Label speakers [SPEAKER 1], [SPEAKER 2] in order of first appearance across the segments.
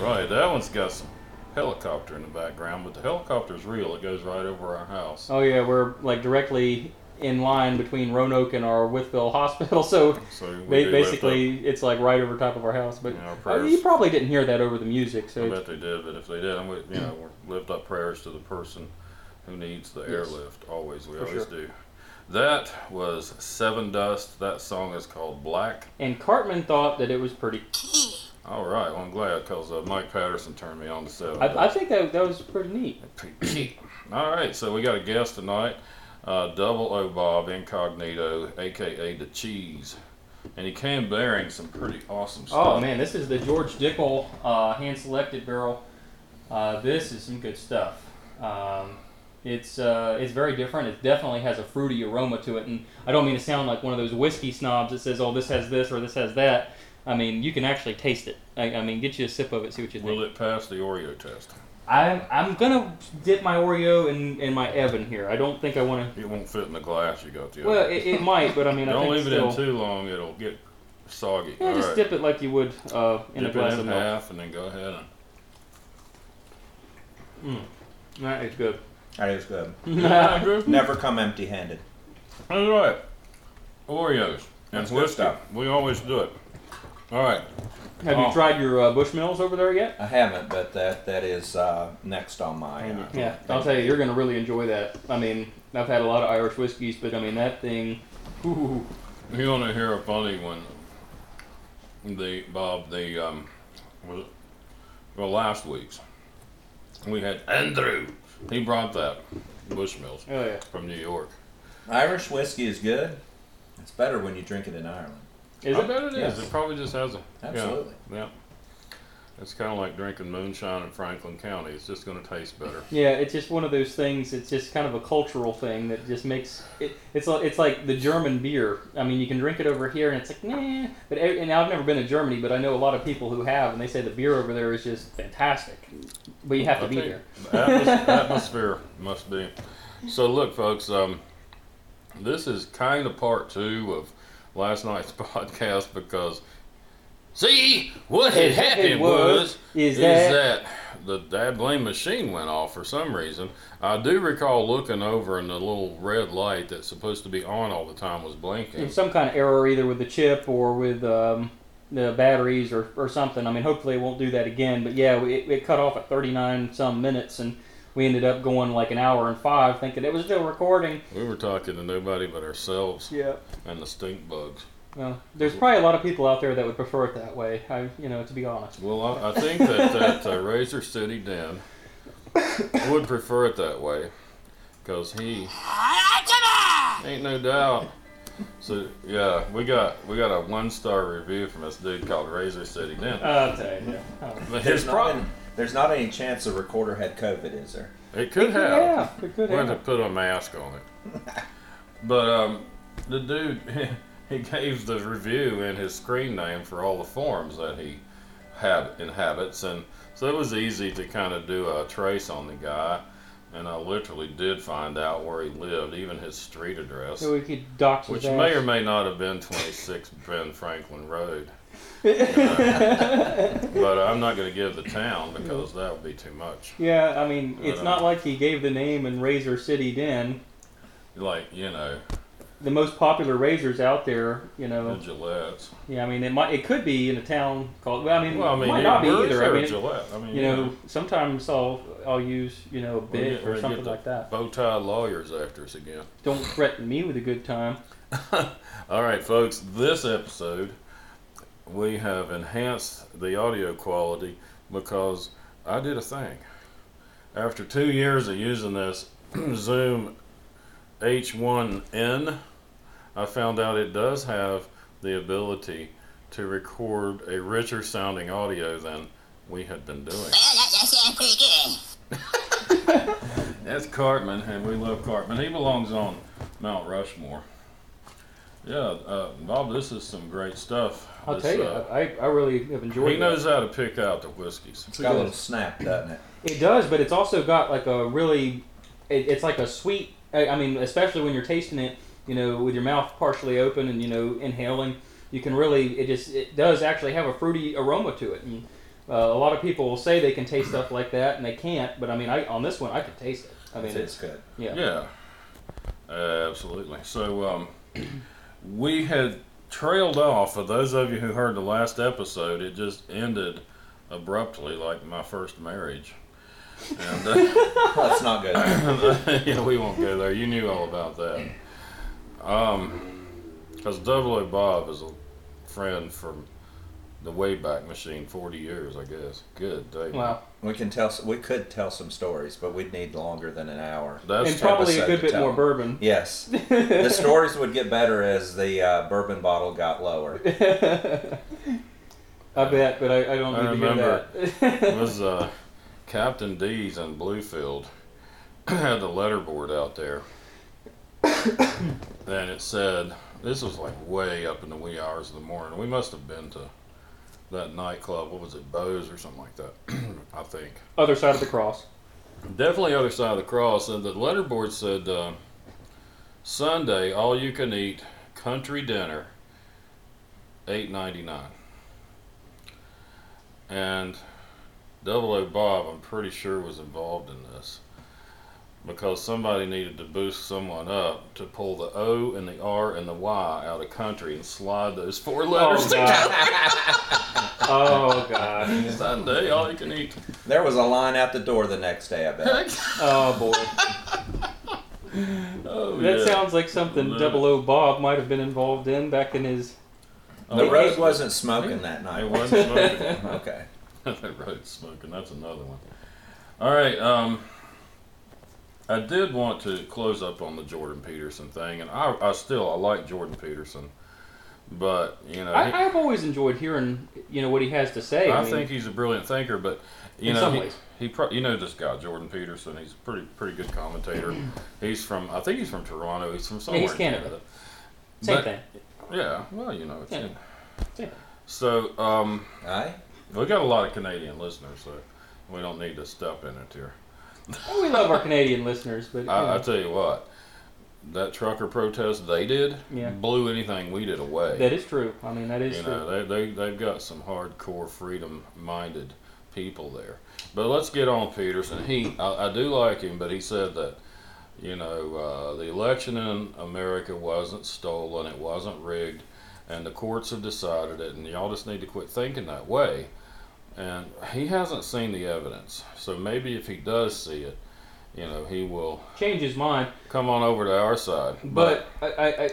[SPEAKER 1] Right, that one's got some helicopter in the background, but the helicopter's real. It goes right over our house.
[SPEAKER 2] Oh yeah, we're like directly in line between Roanoke and our Withville Hospital, so
[SPEAKER 1] So we
[SPEAKER 2] ba-
[SPEAKER 1] do lift
[SPEAKER 2] basically it's like right over top of our house. But
[SPEAKER 1] Yeah, our
[SPEAKER 2] oh,
[SPEAKER 1] prayers.
[SPEAKER 2] you probably didn't hear that over the music, so
[SPEAKER 1] Up, I
[SPEAKER 2] it's-
[SPEAKER 1] bet they did, but if they did, I'm with, you know, we lift up prayers to the person who needs the airlift. Always, we
[SPEAKER 2] For
[SPEAKER 1] always
[SPEAKER 2] sure.
[SPEAKER 1] do. That was Seven Dust. That song is called Black.
[SPEAKER 2] and Cartman thought that it was pretty.
[SPEAKER 1] All right, well, I'm glad because uh, Mike Patterson turned me on to Seven.
[SPEAKER 2] I, I think that that was pretty neat.
[SPEAKER 1] All right, so we got a guest tonight, uh, Double O Bob Incognito, aka the Cheese, and he came bearing some pretty awesome stuff.
[SPEAKER 2] Oh man, this is the George Dickel uh, hand selected barrel. Uh, this is some good stuff. Um, it's uh, it's very different. It definitely has a fruity aroma to it, and I don't mean to sound like one of those whiskey snobs that says, "Oh, this has this or this has that." I mean, you can actually taste it. I, I mean, get you a sip of it, see what you think.
[SPEAKER 1] Will it pass the Oreo test?
[SPEAKER 2] I'm I'm gonna dip my Oreo in, in my Evan here. I don't think I want
[SPEAKER 1] It won't fit in the glass you got the
[SPEAKER 2] to. Well,
[SPEAKER 1] other.
[SPEAKER 2] it, it might, but I mean, I
[SPEAKER 1] Don't
[SPEAKER 2] think
[SPEAKER 1] leave
[SPEAKER 2] still,
[SPEAKER 1] it in too long, it'll get soggy.
[SPEAKER 2] Yeah,
[SPEAKER 1] All
[SPEAKER 2] just
[SPEAKER 1] right,
[SPEAKER 2] dip it like you would uh, in a
[SPEAKER 1] Dip
[SPEAKER 2] glass
[SPEAKER 1] it in
[SPEAKER 2] of milk.
[SPEAKER 1] half and then go ahead and.
[SPEAKER 2] That is good.
[SPEAKER 3] That is good.
[SPEAKER 1] Yeah, good.
[SPEAKER 3] Never come empty handed.
[SPEAKER 1] That's right. Oreos and
[SPEAKER 3] That's good
[SPEAKER 1] whiskey.
[SPEAKER 3] stuff.
[SPEAKER 1] We always do it. All right.
[SPEAKER 2] Have
[SPEAKER 3] Oh.
[SPEAKER 2] you tried your uh, Bushmills over there yet?
[SPEAKER 3] I haven't, but that that is uh, next on my. Uh,
[SPEAKER 2] Yeah, I'll tell you, you're gonna really enjoy that. I mean, I've had a lot of Irish whiskeys, but I mean that thing. Ooh,
[SPEAKER 1] You want to hear a funny one? The Bob, the um, was it- well, last week's we had Andrew. He brought that Bushmills
[SPEAKER 2] oh yeah,
[SPEAKER 1] from New York.
[SPEAKER 3] Irish whiskey is good. It's better when you drink it in Ireland.
[SPEAKER 2] is
[SPEAKER 1] I
[SPEAKER 2] it?
[SPEAKER 1] bet it is.
[SPEAKER 3] Yes.
[SPEAKER 1] It probably just has a
[SPEAKER 3] Absolutely.
[SPEAKER 1] Yeah, yeah. It's kind of like drinking moonshine in Franklin County. It's just going to taste better.
[SPEAKER 2] Yeah, it's just one of those things. It's just kind of a cultural thing that just makes it. It's like it's like the German beer. I mean, you can drink it over here, and it's like nah. But ev- and I've never been to Germany, but I know a lot of people who have, and they say the beer over there is just fantastic. But you have to
[SPEAKER 1] I
[SPEAKER 2] be
[SPEAKER 1] think
[SPEAKER 2] there.
[SPEAKER 1] the atmos- atmosphere must be. So look, folks, um, this is kind of part two of last night's podcast because see what had happened was
[SPEAKER 2] is
[SPEAKER 1] is
[SPEAKER 2] that-
[SPEAKER 1] that the dad blame machine went off for some reason. I do recall looking over and the little red light that's supposed to be on all the time was blinking.
[SPEAKER 2] There's some kind of error either with the chip or with um, the batteries or, or something. I mean, hopefully it won't do that again. But yeah, we, it, it cut off at 39 some minutes, and we ended up going like an hour and five, thinking it was still recording.
[SPEAKER 1] We were talking to nobody but ourselves
[SPEAKER 2] Yeah.
[SPEAKER 1] and the stink bugs.
[SPEAKER 2] Well, there's probably a lot of people out there that would prefer it that way. I, you know, to be honest.
[SPEAKER 1] Well, I, I think that, that uh, Razor City Dan would prefer it that way because he ain't no doubt. So yeah, we got we got a one star review from this dude called Razor City Dan.
[SPEAKER 2] I'll tell you. Oh.
[SPEAKER 1] But
[SPEAKER 3] There's
[SPEAKER 1] his
[SPEAKER 3] not,
[SPEAKER 1] problem
[SPEAKER 3] any, there's not any chance the recorder had COVID, is there?
[SPEAKER 1] it could have.
[SPEAKER 2] Yeah, it could
[SPEAKER 1] We had to
[SPEAKER 2] have.
[SPEAKER 1] put a mask on it. But um, the dude he gave the review and his screen name for all the forms that he hab- inhabits, and so it was easy to kind of do a trace on the guy. And I literally did find out where he lived, even his street address,
[SPEAKER 2] So we could dox his
[SPEAKER 1] which may or
[SPEAKER 2] ass.
[SPEAKER 1] may not have been 26 Ben Franklin Road. But I'm not going to give the town because that would be too much.
[SPEAKER 2] yeah, I mean, it's
[SPEAKER 1] don't
[SPEAKER 2] not
[SPEAKER 1] know.
[SPEAKER 2] like he gave the name and Razor City Den.
[SPEAKER 1] Like, you know,
[SPEAKER 2] The most popular razors out there,
[SPEAKER 1] the
[SPEAKER 2] you know.
[SPEAKER 1] Gillettes.
[SPEAKER 2] Yeah, I mean, it might it could be in a town called. Well, I mean,
[SPEAKER 1] Well, I mean,
[SPEAKER 2] it might not be
[SPEAKER 1] where is
[SPEAKER 2] either.
[SPEAKER 1] there
[SPEAKER 2] I
[SPEAKER 1] a
[SPEAKER 2] mean,
[SPEAKER 1] Gillette? I mean,
[SPEAKER 2] you know, sometimes I'll I'll use you know a
[SPEAKER 1] we're
[SPEAKER 2] bit
[SPEAKER 1] getting ready
[SPEAKER 2] or
[SPEAKER 1] to
[SPEAKER 2] something
[SPEAKER 1] get the
[SPEAKER 2] like that.
[SPEAKER 1] Bow tie lawyers after us again.
[SPEAKER 2] Don't threaten me with a good time.
[SPEAKER 1] All right, folks. This episode, we have enhanced the audio quality because I did a thing. After two years of using this Zoom H1N, I found out it does have the ability to record a richer sounding audio than we had been doing.
[SPEAKER 4] Yeah, that, that sounds pretty good.
[SPEAKER 1] That's Cartman, and we love Cartman. He belongs on Mount Rushmore. Yeah, uh, Bob, this is some great stuff.
[SPEAKER 2] I'll
[SPEAKER 1] This,
[SPEAKER 2] tell you,
[SPEAKER 1] uh,
[SPEAKER 2] I, I really have enjoyed
[SPEAKER 1] he
[SPEAKER 2] that.
[SPEAKER 1] knows how to pick out the whiskeys.
[SPEAKER 3] It's got a little snap, doesn't it?
[SPEAKER 2] It does, but it's also got like a really, it, it's like a sweet. I I mean, especially when you're tasting it, you know, with your mouth partially open and you know inhaling, you can really. It just it does actually have a fruity aroma to it. And uh, a lot of people will say they can taste stuff like that, and they can't. But I mean, I on this one, I could taste it. I mean,
[SPEAKER 3] It's
[SPEAKER 2] it's
[SPEAKER 3] good.
[SPEAKER 2] yeah.
[SPEAKER 1] Yeah, absolutely. So um, we had trailed off. For those of you who heard the last episode, it just ended abruptly, like my first marriage. And uh,
[SPEAKER 3] That's not good.
[SPEAKER 1] yeah, we won't go there. You knew all about that. Um, because Double O Bob is a friend from the Wayback Machine, forty years, I guess. Good day.
[SPEAKER 2] Wow,
[SPEAKER 3] We can tell. s- We could tell some stories, but we'd need longer than an hour.
[SPEAKER 1] that's
[SPEAKER 2] and probably a
[SPEAKER 3] episode
[SPEAKER 2] good
[SPEAKER 3] to
[SPEAKER 2] bit
[SPEAKER 3] tell.
[SPEAKER 2] more bourbon.
[SPEAKER 3] Yes, the stories would get better as the uh, bourbon bottle got lower.
[SPEAKER 2] I bet, but I, I don't
[SPEAKER 1] I
[SPEAKER 2] need to
[SPEAKER 1] remember.
[SPEAKER 2] hear that.
[SPEAKER 1] It was uh, Captain D's in Bluefield had the letterboard out there, and it said, "This was like way up in the wee hours of the morning. We must have been to that nightclub. What was it, Bose or something like that? I think
[SPEAKER 2] Other side of the cross.
[SPEAKER 1] definitely other side of the cross." And the letterboard said, uh, "Sunday, all you can eat country dinner, eight ninety nine. And Double O Bob, I'm pretty sure, was involved in this because somebody needed to boost someone up to pull the O and the R and the Y out of country and slide those four letters together.
[SPEAKER 2] Oh god.
[SPEAKER 1] Sunday, all you can eat.
[SPEAKER 3] There was a line out the door the next day. I bet.
[SPEAKER 2] Oh boy.
[SPEAKER 1] oh,
[SPEAKER 2] That
[SPEAKER 1] yeah.
[SPEAKER 2] sounds like something
[SPEAKER 1] Love
[SPEAKER 2] Double O Bob might have been involved in back in his.
[SPEAKER 3] The
[SPEAKER 1] Oh,
[SPEAKER 3] road
[SPEAKER 1] yeah.
[SPEAKER 3] wasn't smoking that
[SPEAKER 1] It
[SPEAKER 3] night.
[SPEAKER 1] wasn't smoking.
[SPEAKER 3] Okay.
[SPEAKER 1] that road smoking. That's another one. All right. Um, I did want to close up on the Jordan Peterson thing, and I, I still I like Jordan Peterson, but you know, he-
[SPEAKER 2] I, I've always enjoyed hearing, you know, what he has to say.
[SPEAKER 1] I
[SPEAKER 2] mean,
[SPEAKER 1] think he's a brilliant thinker, but you
[SPEAKER 2] In
[SPEAKER 1] know,
[SPEAKER 2] some
[SPEAKER 1] he,
[SPEAKER 2] ways.
[SPEAKER 1] he pro- you know this guy Jordan Peterson. He's a pretty pretty good commentator. he's from I think he's from Toronto. He's from somewhere.
[SPEAKER 2] he's
[SPEAKER 1] in
[SPEAKER 2] Canada. same
[SPEAKER 1] but-
[SPEAKER 2] thing.
[SPEAKER 1] Yeah. Well, you know. It's
[SPEAKER 2] Yeah. Yeah.
[SPEAKER 1] So um,
[SPEAKER 3] Aye.
[SPEAKER 1] we got a lot of Canadian listeners, so we don't need to step in it here.
[SPEAKER 2] Well, we love our Canadian listeners, but you
[SPEAKER 1] I, I
[SPEAKER 2] know,
[SPEAKER 1] tell you what, that trucker protest they did
[SPEAKER 2] Yeah.
[SPEAKER 1] blew anything we did away.
[SPEAKER 2] that is true. I mean, that is
[SPEAKER 1] you
[SPEAKER 2] true.
[SPEAKER 1] know, they, they, they've got some hardcore freedom minded people there. But let's get on Peterson. He, I, I do like him, but he said that, you know, uh, the election in America wasn't stolen, it wasn't rigged, and the courts have decided it, and y'all just need to quit thinking that way. And he hasn't seen the evidence, so maybe if he does see it, you know, he will
[SPEAKER 2] Change his mind.
[SPEAKER 1] come on over to our side.
[SPEAKER 2] But I, I, I,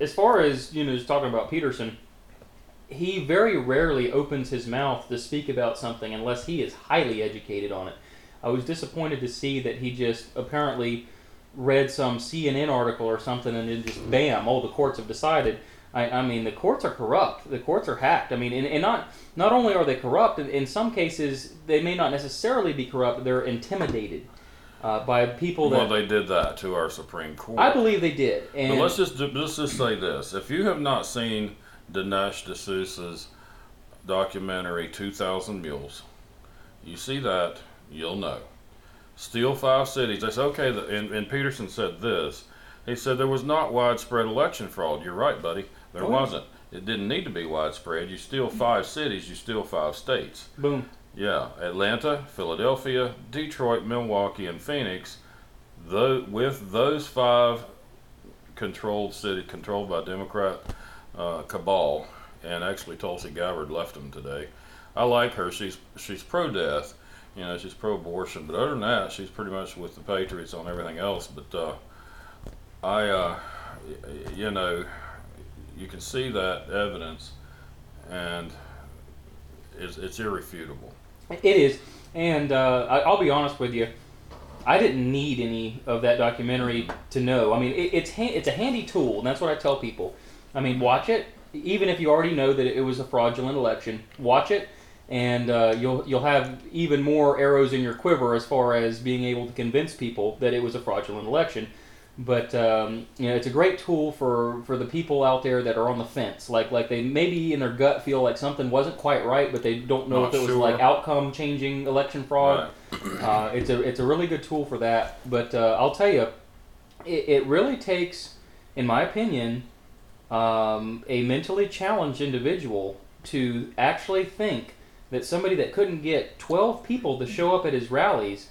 [SPEAKER 2] as far as you know, just talking about Peterson, he very rarely opens his mouth to speak about something unless he is highly educated on it. I was disappointed to see that he just apparently read some CNN article or something and then just bam, oh, the courts have decided. I, I mean, the courts are corrupt. The courts are hacked. I mean, and, and not not only are they corrupt, in, in some cases they may not necessarily be corrupt. They're intimidated uh, by people
[SPEAKER 1] well,
[SPEAKER 2] that
[SPEAKER 1] they did that to our Supreme Court.
[SPEAKER 2] I believe they did. And
[SPEAKER 1] But let's just do, let's just say this: if you have not seen Dinesh D'Souza's documentary Two Thousand Mules, you see that you'll know. Steal five cities. That's okay. The, and, and Peterson said this. He said there was not widespread election fraud. You're right, buddy. There
[SPEAKER 2] Oh, yeah.
[SPEAKER 1] wasn't. It didn't need to be widespread. You steal
[SPEAKER 2] Mm-hmm.
[SPEAKER 1] five cities, you steal five states.
[SPEAKER 2] boom.
[SPEAKER 1] Yeah, Atlanta, Philadelphia, Detroit, Milwaukee, and Phoenix. Though with those five controlled city controlled by Democrat uh, cabal, and actually Tulsi Gabbard left them today. I like her. She's she's pro-death, you know, she's pro-abortion. But other than that, she's pretty much with the Patriots on everything else. But uh, I, uh, y- y- you know, you can see that evidence, and it's, it's irrefutable.
[SPEAKER 2] It is, and uh, I, I'll be honest with you. I didn't need any of that documentary to know. I mean, it, it's ha- it's a handy tool, and that's what I tell people. I mean, watch it, even if you already know that it was a fraudulent election. Watch it, and uh, you'll you'll have even more arrows in your quiver as far as being able to convince people that it was a fraudulent election. But um, you know, it's a great tool for, for the people out there that are on the fence, like like they maybe in their gut feel like something wasn't quite right, but they don't know
[SPEAKER 1] Not
[SPEAKER 2] if it was
[SPEAKER 1] sure.
[SPEAKER 2] like outcome changing election fraud. Uh, it's a it's a really good tool for that. But uh, I'll tell you, it, it really takes, in my opinion, um, a mentally challenged individual to actually think that somebody that couldn't get twelve people to show up at his rallies,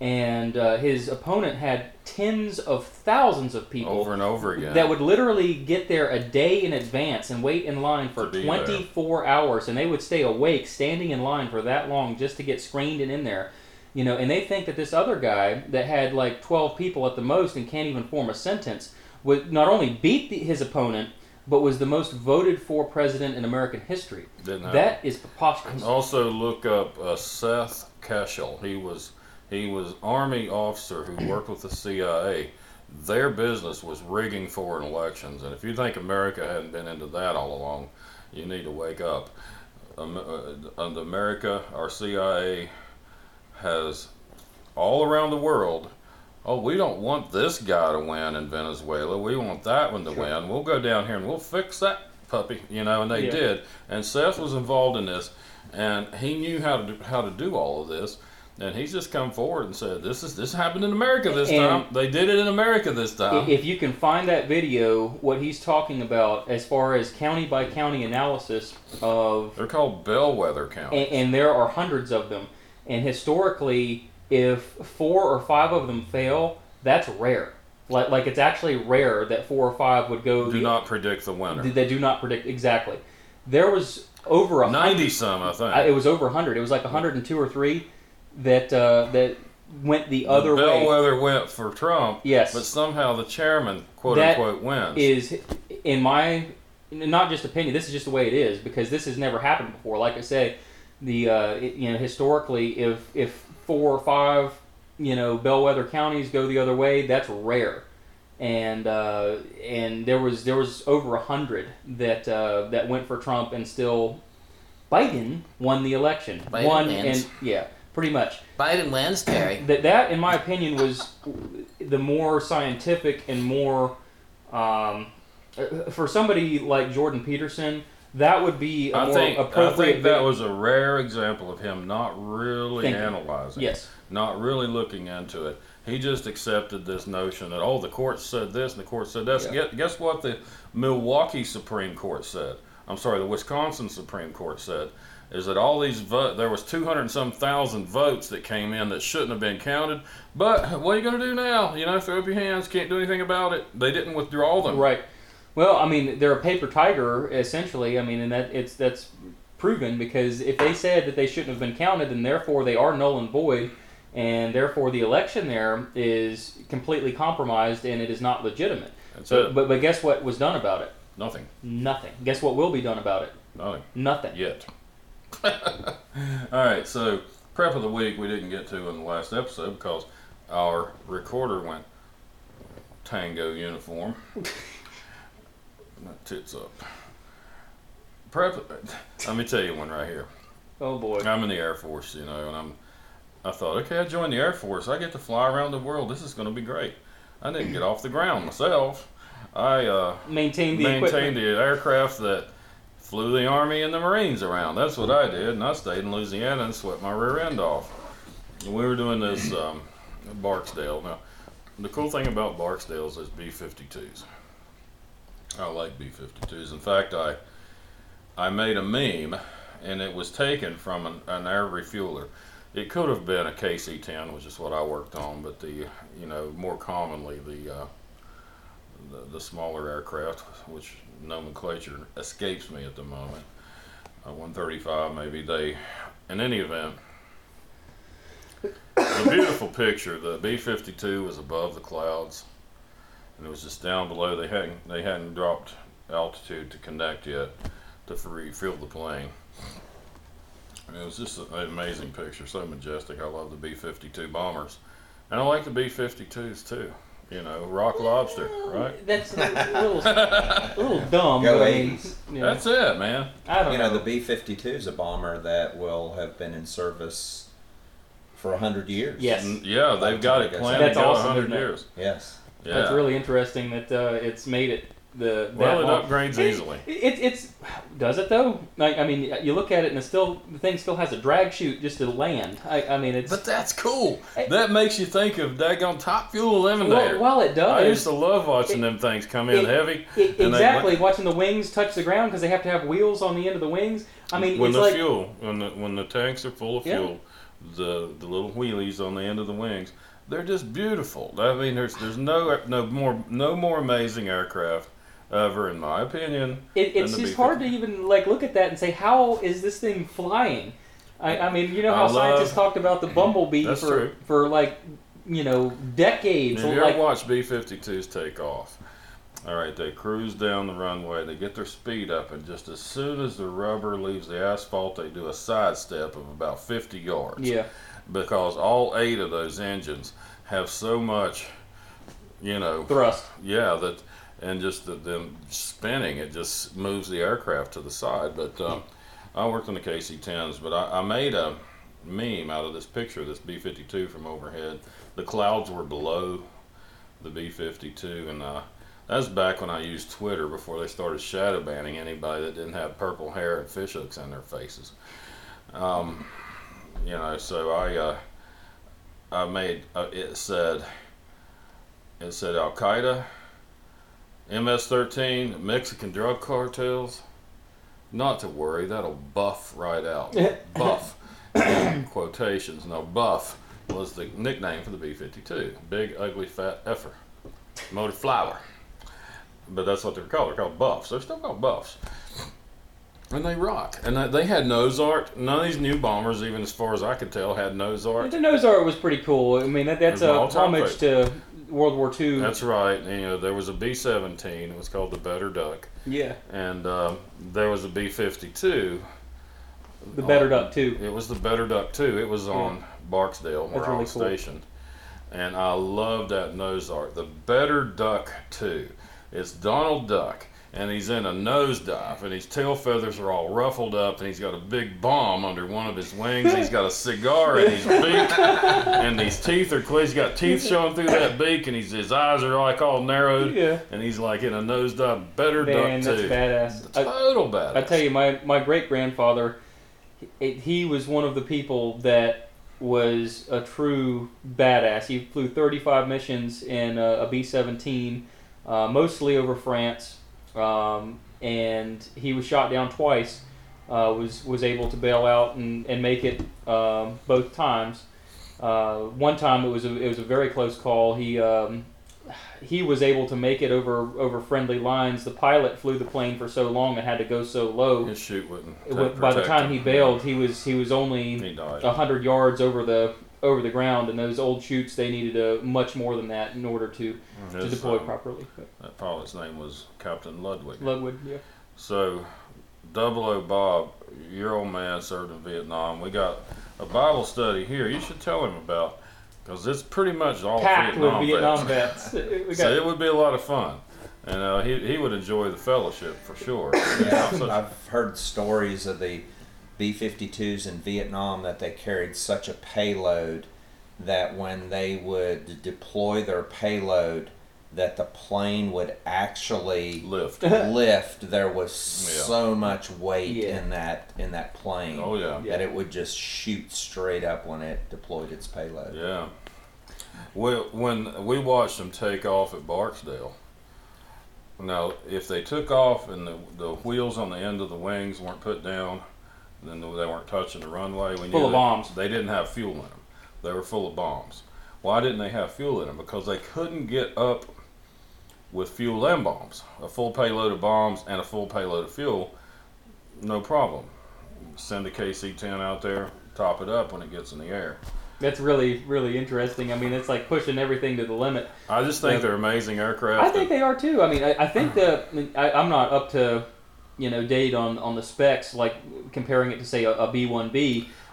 [SPEAKER 2] and uh, his opponent had tens of thousands of people
[SPEAKER 1] over and over again.
[SPEAKER 2] that would literally get there a day in advance and wait in line for
[SPEAKER 1] To be
[SPEAKER 2] 24 hours and they would stay awake standing in line for that long just to get screened and in there you know and they think that this other guy that had like 12 people at the most and can't even form a sentence would not only beat the, his opponent but was the most voted for president in american history
[SPEAKER 1] Didn't Oh, happen.
[SPEAKER 2] that is preposterous
[SPEAKER 1] Also, look up uh, Seth Keschel. He was he was army officer who worked with the CIA. Their business was rigging foreign elections, and if you think America hadn't been into that all along, you need to wake up. Um, uh, and America, our CIA has all around the world. Oh, we don't want this guy to win in Venezuela. We want that one to
[SPEAKER 2] Sure.
[SPEAKER 1] win. We'll go down here and we'll fix that puppy, you know. And they
[SPEAKER 2] Yeah.
[SPEAKER 1] did. And Seth was involved in this, and he knew how to do, how to do all of this. And he's just come forward and said, "This is this happened in America this
[SPEAKER 2] And-
[SPEAKER 1] time. They did it in America this
[SPEAKER 2] I-
[SPEAKER 1] time."
[SPEAKER 2] if you can find that video what he's talking about as far as county by county analysis of
[SPEAKER 1] They're called bellwether counties.
[SPEAKER 2] and, and there are hundreds of them. And historically, if four or five of them fail, that's rare. Like, like it's actually rare that four or five would go.
[SPEAKER 1] do not predict the
[SPEAKER 2] They,
[SPEAKER 1] winner.
[SPEAKER 2] they do not predict exactly. There was over a hundred.
[SPEAKER 1] Ninety some, I think.
[SPEAKER 2] I- It was over a hundred. It was like a hundred and two or three that uh, that went the other
[SPEAKER 1] the
[SPEAKER 2] way.
[SPEAKER 1] bellwether went for Trump,
[SPEAKER 2] Yes.
[SPEAKER 1] but somehow the chairman, quote
[SPEAKER 2] That
[SPEAKER 1] unquote, wins.
[SPEAKER 2] is in my not just opinion this is just the way it is because this has never happened before like i say the uh, it- you know historically if if four or five you know bellwether counties go the other way that's rare and uh, and there was there was over a hundred that uh, that went for Trump and still Biden won the election
[SPEAKER 4] Biden
[SPEAKER 2] won
[SPEAKER 4] wins.
[SPEAKER 2] and yeah pretty much
[SPEAKER 4] Biden wins, Terry.
[SPEAKER 2] that that in my opinion was the more scientific and more um, uh, for somebody like Jordan Peterson that would be a
[SPEAKER 1] I
[SPEAKER 2] more
[SPEAKER 1] think, I
[SPEAKER 2] appropriate
[SPEAKER 1] think that
[SPEAKER 2] vi-
[SPEAKER 1] was a rare example of him not really
[SPEAKER 2] Thinking.
[SPEAKER 1] analyzing,
[SPEAKER 2] yes
[SPEAKER 1] not really looking into it. He just accepted this notion that, oh, the court said this and the court said this.
[SPEAKER 2] Yeah.
[SPEAKER 1] Gue- Guess what the Milwaukee Supreme Court said? I'm sorry, the Wisconsin Supreme Court said is that all these vote there was 200 and some thousand votes that came in that shouldn't have been counted but what are you going to do now you know throw up your hands can't do anything about it they didn't withdraw them
[SPEAKER 2] right well I mean they're a paper tiger essentially I mean and that it's that's proven because if they said that they shouldn't have been counted then therefore they are null and void and therefore the election there is completely compromised and it is not legitimate
[SPEAKER 1] that's
[SPEAKER 2] so,
[SPEAKER 1] it
[SPEAKER 2] but but guess what was done about it
[SPEAKER 1] nothing
[SPEAKER 2] nothing guess what will be done about it
[SPEAKER 1] nothing
[SPEAKER 2] nothing
[SPEAKER 1] yet. All right, so prep of the week we didn't get to in the last episode because our recorder went tango uniform. That tits up. Prep. Let me tell you one right here.
[SPEAKER 2] Oh boy.
[SPEAKER 1] I'm in the Air Force, you know, and I'm. I thought, okay, I joined the Air Force. I get to fly around the world. This is going to be great. I didn't get off the ground myself. I uh,
[SPEAKER 2] Maintain the
[SPEAKER 1] maintained
[SPEAKER 2] equipment.
[SPEAKER 1] the aircraft that flew the Army and the Marines around. That's what I did, and I stayed in Louisiana and swept my rear end off. We were doing this um, Barksdale. Now, the cool thing about Barksdales is B-52s. I like B-52s. In fact, I I made a meme, and it was taken from an, an air refueler. It could have been a KC-10, which is what I worked on, but the you know more commonly the uh, the, the smaller aircraft, which nomenclature escapes me at the moment. Uh, 135, maybe they. In any event, it's a beautiful picture. The B-52 was above the clouds, and it was just down below. They hadn't they hadn't dropped altitude to connect yet to free- refuel the plane. And it was just an amazing picture, so majestic. I love the B-52 bombers, and I like the B-52s too. you know, rock lobster, right?
[SPEAKER 2] That's a little, a little dumb.
[SPEAKER 3] Go
[SPEAKER 2] but I mean,
[SPEAKER 3] 80s.
[SPEAKER 2] yeah,
[SPEAKER 1] That's it, man.
[SPEAKER 2] I don't
[SPEAKER 3] You
[SPEAKER 2] know.
[SPEAKER 3] know, the B 52 is a bomber that will have been in service for 100 years.
[SPEAKER 2] Yes.
[SPEAKER 1] N- Yeah, they've got it planned
[SPEAKER 2] That's
[SPEAKER 1] to go
[SPEAKER 2] awesome,
[SPEAKER 1] 100
[SPEAKER 2] isn't it?
[SPEAKER 1] years.
[SPEAKER 3] Yes.
[SPEAKER 1] Yeah.
[SPEAKER 2] That's really interesting that uh, it's made it the that
[SPEAKER 1] well, it
[SPEAKER 2] long.
[SPEAKER 1] upgrades
[SPEAKER 2] It-
[SPEAKER 1] easily.
[SPEAKER 2] It, it's does it though? Like I mean, you look at it and it's still the thing still has a drag chute just to land. I, I mean, it's
[SPEAKER 1] But that's cool.
[SPEAKER 2] It-
[SPEAKER 1] That makes you think of daggone Top Fuel Eliminator.
[SPEAKER 2] well, while it does.
[SPEAKER 1] I used to love watching them things come in
[SPEAKER 2] it-
[SPEAKER 1] heavy.
[SPEAKER 2] It,
[SPEAKER 1] And they-
[SPEAKER 2] exactly, watching the wings touch the ground because they have to have wheels on the end of the wings. I mean,
[SPEAKER 1] when
[SPEAKER 2] it's
[SPEAKER 1] the
[SPEAKER 2] like
[SPEAKER 1] fuel, when the when the tanks are full of
[SPEAKER 2] Yeah.
[SPEAKER 1] fuel, the the little wheelies on the end of the wings, they're just beautiful. I mean, there's there's no no more no more amazing aircraft ever, in my opinion.
[SPEAKER 2] it,
[SPEAKER 1] than
[SPEAKER 2] it's
[SPEAKER 1] the
[SPEAKER 2] just hard to even like look at that and say how is this thing flying? I, I mean, you know
[SPEAKER 1] I
[SPEAKER 2] how
[SPEAKER 1] love-
[SPEAKER 2] scientists talked about the bumblebee
[SPEAKER 1] That's
[SPEAKER 2] for
[SPEAKER 1] true.
[SPEAKER 2] for like you know decades.
[SPEAKER 1] Have you
[SPEAKER 2] like,
[SPEAKER 1] ever watched B-52s take off? All right, they cruise down the runway, they get their speed up, and just as soon as the rubber leaves the asphalt, they do a sidestep of about 50 yards.
[SPEAKER 2] yeah,
[SPEAKER 1] Because all eight of those engines have so much, you know,
[SPEAKER 2] thrust.
[SPEAKER 1] yeah, that, and just the, them spinning, it just moves the aircraft to the side. But um, I worked on the KC-10s, but I, I made a meme out of this picture, of this B-52 from overhead. The clouds were below the B-52, and uh, that's back when I used Twitter before they started shadow banning anybody that didn't have purple hair and fishhooks in their faces. Um, you know, so I uh, I made uh, it said it said Al Qaeda, MS-13, Mexican drug cartels. Not to worry, that'll buff right out. buff in quotations. No, buff was the nickname for the B-52. Big, ugly, fat effer, motor flower. But that's what they were called. They're called buffs. They're still called buffs. And they rock. And they- they had nose art. None of these new bombers, even as far as I could tell, had nose art.
[SPEAKER 2] The nose art was pretty cool. I mean, that, that's
[SPEAKER 1] It was an
[SPEAKER 2] a
[SPEAKER 1] all-time
[SPEAKER 2] homage to World War II.
[SPEAKER 1] That's right. You know, there was a B-17. It was called the Better Duck,
[SPEAKER 2] yeah,
[SPEAKER 1] and um there was a B-52.
[SPEAKER 2] the better duck too.
[SPEAKER 1] It was the Better Duck too. It was on Barksdale where
[SPEAKER 2] That's
[SPEAKER 1] I
[SPEAKER 2] really
[SPEAKER 1] was
[SPEAKER 2] cool.
[SPEAKER 1] stationed, and I love that nose art. The Better Duck too. It's Donald Duck, and he's in a nosedive, and his tail feathers are all ruffled up, and he's got a big bomb under one of his wings. he's got a cigar in his beak, and his teeth are clear. He's got teeth showing through that beak, and he's, his eyes are like all narrowed.
[SPEAKER 2] Yeah.
[SPEAKER 1] And he's like in a nosedive, better
[SPEAKER 2] Man,
[SPEAKER 1] duck
[SPEAKER 2] that's
[SPEAKER 1] too.
[SPEAKER 2] badass. I-
[SPEAKER 1] Total badass.
[SPEAKER 2] I tell you, my, my great grandfather, he, he was one of the people that was a true badass. He flew 35 missions in uh, a, a B 17, uh, mostly over France, um, and he was shot down twice. Uh, was was able to bail out and, and make it um, both times. Uh, one time it was a, it was a very close call. He um, he was able to make it over over friendly lines. The pilot flew the plane for so long and had to go so low.
[SPEAKER 1] his shoot wouldn't.
[SPEAKER 2] It wa- by the
[SPEAKER 1] protect
[SPEAKER 2] time
[SPEAKER 1] him.
[SPEAKER 2] he bailed, he was he was only
[SPEAKER 1] He died.
[SPEAKER 2] a hundred yards over the over the ground, and those old chutes they needed uh much more than that in order to, to
[SPEAKER 1] His,
[SPEAKER 2] deploy
[SPEAKER 1] um,
[SPEAKER 2] properly. But
[SPEAKER 1] That pilot's name was Captain Ludwig.
[SPEAKER 2] Ludwig, yeah,
[SPEAKER 1] So, Double O Bob, your old man served in Vietnam. We got a Bible study here. You should tell him about because it's pretty much all
[SPEAKER 2] packed
[SPEAKER 1] Vietnam.
[SPEAKER 2] with
[SPEAKER 1] vets.
[SPEAKER 2] Vietnam vets. We
[SPEAKER 1] so
[SPEAKER 2] got
[SPEAKER 1] it would be a lot of fun, and uh, he he would enjoy the fellowship for sure.
[SPEAKER 3] Yeah, I've-
[SPEAKER 1] So-
[SPEAKER 3] I've heard stories of the B 52s in Vietnam that they carried such a payload that when they would deploy their payload, that the plane would actually
[SPEAKER 1] lift.
[SPEAKER 3] lift. There was
[SPEAKER 1] Yeah.
[SPEAKER 3] so much weight
[SPEAKER 2] Yeah.
[SPEAKER 3] in that in that plane
[SPEAKER 1] Oh yeah.
[SPEAKER 2] Yeah.
[SPEAKER 3] that it would just shoot straight up when it deployed its payload.
[SPEAKER 1] Yeah. Well, when we watched them take off at Barksdale, now if they took off and the, the wheels on the end of the wings weren't put down, then they weren't touching the runway. We knew
[SPEAKER 2] Full of
[SPEAKER 1] that
[SPEAKER 2] bombs.
[SPEAKER 1] They didn't have fuel in them. They were full of bombs. Why didn't they have fuel in them? Because they couldn't get up with fuel and bombs. A full payload of bombs and a full payload of fuel, no problem. Send a KC-10 out there, top it up when it gets in the air.
[SPEAKER 2] that's really really interesting. I mean, it's like pushing everything to the limit.
[SPEAKER 1] I just think
[SPEAKER 2] Yeah.
[SPEAKER 1] they're amazing aircraft.
[SPEAKER 2] I think they are too. I mean, I, I think
[SPEAKER 1] Uh-huh.
[SPEAKER 2] the I mean, I, I'm not up to you know date on on the specs like comparing it to say a, a B1B.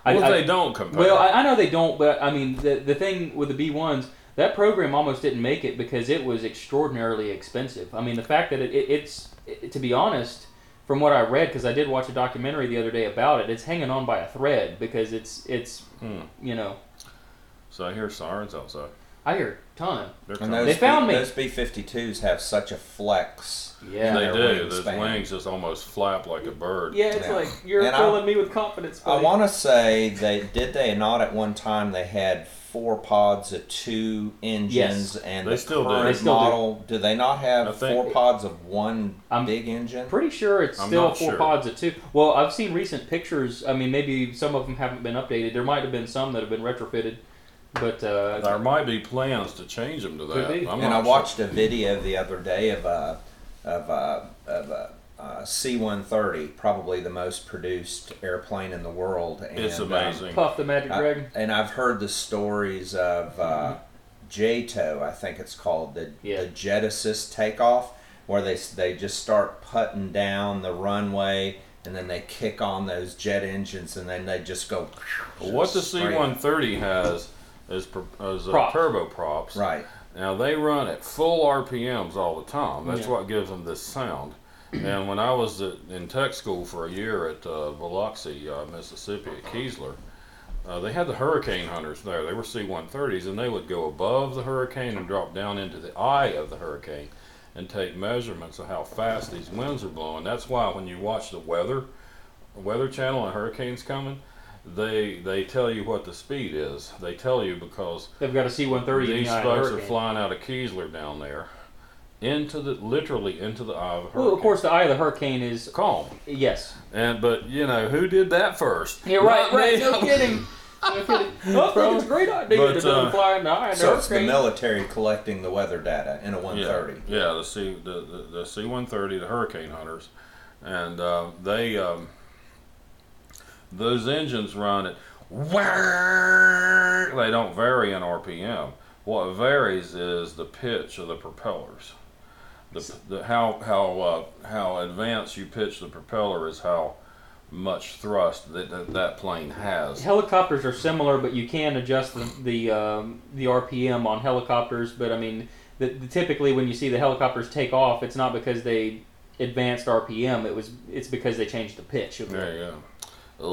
[SPEAKER 2] I-
[SPEAKER 1] well,
[SPEAKER 2] I-
[SPEAKER 1] they don't compare.
[SPEAKER 2] Well, I, I know they don't, but I mean the the thing with the B ones, That program almost didn't make it because it was extraordinarily expensive. I mean, the fact that it, it, it's, it, to be honest, from what I read, because I did watch a documentary the other day about it, it's hanging on by a thread because it's it's
[SPEAKER 1] Hmm.
[SPEAKER 2] you know
[SPEAKER 1] So I hear sirens outside.
[SPEAKER 2] I hear a ton.
[SPEAKER 1] They're
[SPEAKER 3] And
[SPEAKER 1] coming.
[SPEAKER 3] those
[SPEAKER 2] They found
[SPEAKER 3] B,
[SPEAKER 2] me.
[SPEAKER 3] Those B 52s have such a flex.
[SPEAKER 2] Yeah,
[SPEAKER 1] they
[SPEAKER 3] their
[SPEAKER 1] do.
[SPEAKER 3] wings
[SPEAKER 1] Those
[SPEAKER 3] span.
[SPEAKER 1] wings just almost flap like a bird.
[SPEAKER 2] yeah, it's
[SPEAKER 3] Yeah.
[SPEAKER 2] like you're
[SPEAKER 3] And I-
[SPEAKER 2] filling me with confidence.
[SPEAKER 3] I
[SPEAKER 2] buddy.
[SPEAKER 3] want to say they did they not at one time they had four pods of two engines and
[SPEAKER 1] They
[SPEAKER 3] the
[SPEAKER 1] still do.
[SPEAKER 3] current
[SPEAKER 2] They still do.
[SPEAKER 3] model do. they not
[SPEAKER 1] I
[SPEAKER 3] have
[SPEAKER 1] think-
[SPEAKER 3] four pods of one
[SPEAKER 2] I'm
[SPEAKER 3] big engine?
[SPEAKER 2] Pretty sure it's
[SPEAKER 1] I'm
[SPEAKER 2] still
[SPEAKER 1] not
[SPEAKER 2] four
[SPEAKER 1] sure.
[SPEAKER 2] pods of two. Well, I've seen recent pictures. I mean, maybe some of them haven't been updated. There might have been some that have been retrofitted, but uh,
[SPEAKER 1] There might be plans to change them to
[SPEAKER 2] Could
[SPEAKER 1] that.
[SPEAKER 2] be.
[SPEAKER 1] I'm not
[SPEAKER 3] and I
[SPEAKER 1] sure.
[SPEAKER 3] watched a video the other day of a of a of a uh, C-130, probably the most produced airplane in the world. And,
[SPEAKER 1] It's
[SPEAKER 3] uh,
[SPEAKER 1] amazing.
[SPEAKER 2] Puff the Magic
[SPEAKER 3] I-
[SPEAKER 2] Dragon.
[SPEAKER 3] Uh, and I've heard the stories of uh, JATO, I think it's called the
[SPEAKER 2] Yeah.
[SPEAKER 3] the jet assist takeoff, where they s- they just start putting down the runway, and then they kick on those jet engines, and then they just go.
[SPEAKER 1] What the
[SPEAKER 3] just straight.
[SPEAKER 1] C-130 has is, pro- is uh,
[SPEAKER 2] Props.
[SPEAKER 1] turboprops.
[SPEAKER 3] Right.
[SPEAKER 1] Now they run at full RPMs all the time. That's
[SPEAKER 2] Yeah.
[SPEAKER 1] what gives them this sound. and when I was at, in tech school for a year at uh, Biloxi, uh, Mississippi, at Keesler, uh, they had the hurricane hunters there. They were C-130s, and they would go above the hurricane and drop down into the eye of the hurricane and take measurements of how fast these winds are blowing. That's why when you watch the weather, Weather Channel and hurricanes coming, they they tell you what the speed is. They tell you because
[SPEAKER 2] They've got a C-130. in
[SPEAKER 1] these
[SPEAKER 2] the eye of
[SPEAKER 1] folks are
[SPEAKER 2] Hurricane.
[SPEAKER 1] flying out of Keesler down there, into the literally into the eye of a hurricane.
[SPEAKER 2] Well, of course, the eye of the hurricane is
[SPEAKER 1] calm.
[SPEAKER 2] yes.
[SPEAKER 1] And but you know who did that first?
[SPEAKER 2] Yeah, right,
[SPEAKER 1] Not
[SPEAKER 2] right.
[SPEAKER 1] me.
[SPEAKER 2] No kidding. No kidding. Well, I think Oh, it's a great idea
[SPEAKER 1] But,
[SPEAKER 2] to don't
[SPEAKER 1] uh,
[SPEAKER 2] fly in the eye of the
[SPEAKER 3] So it's the
[SPEAKER 2] hurricane.
[SPEAKER 3] military collecting the weather data in a
[SPEAKER 1] yeah,
[SPEAKER 3] 130.
[SPEAKER 1] yeah. The C the the, the C one thirty, the Hurricane Hunters, and uh, they um, those engines run at they don't vary in RPM. What varies is the pitch of the propellers. The, the how how uh, how advanced you pitch the propeller is how much thrust that that, that plane has.
[SPEAKER 2] Helicopters are similar, but you can adjust the the, um, the RPM on helicopters. But I mean, the, the, typically when you see the helicopters take off, it's not because they advanced RPM. It was it's because they changed the pitch. of the-
[SPEAKER 1] There you go.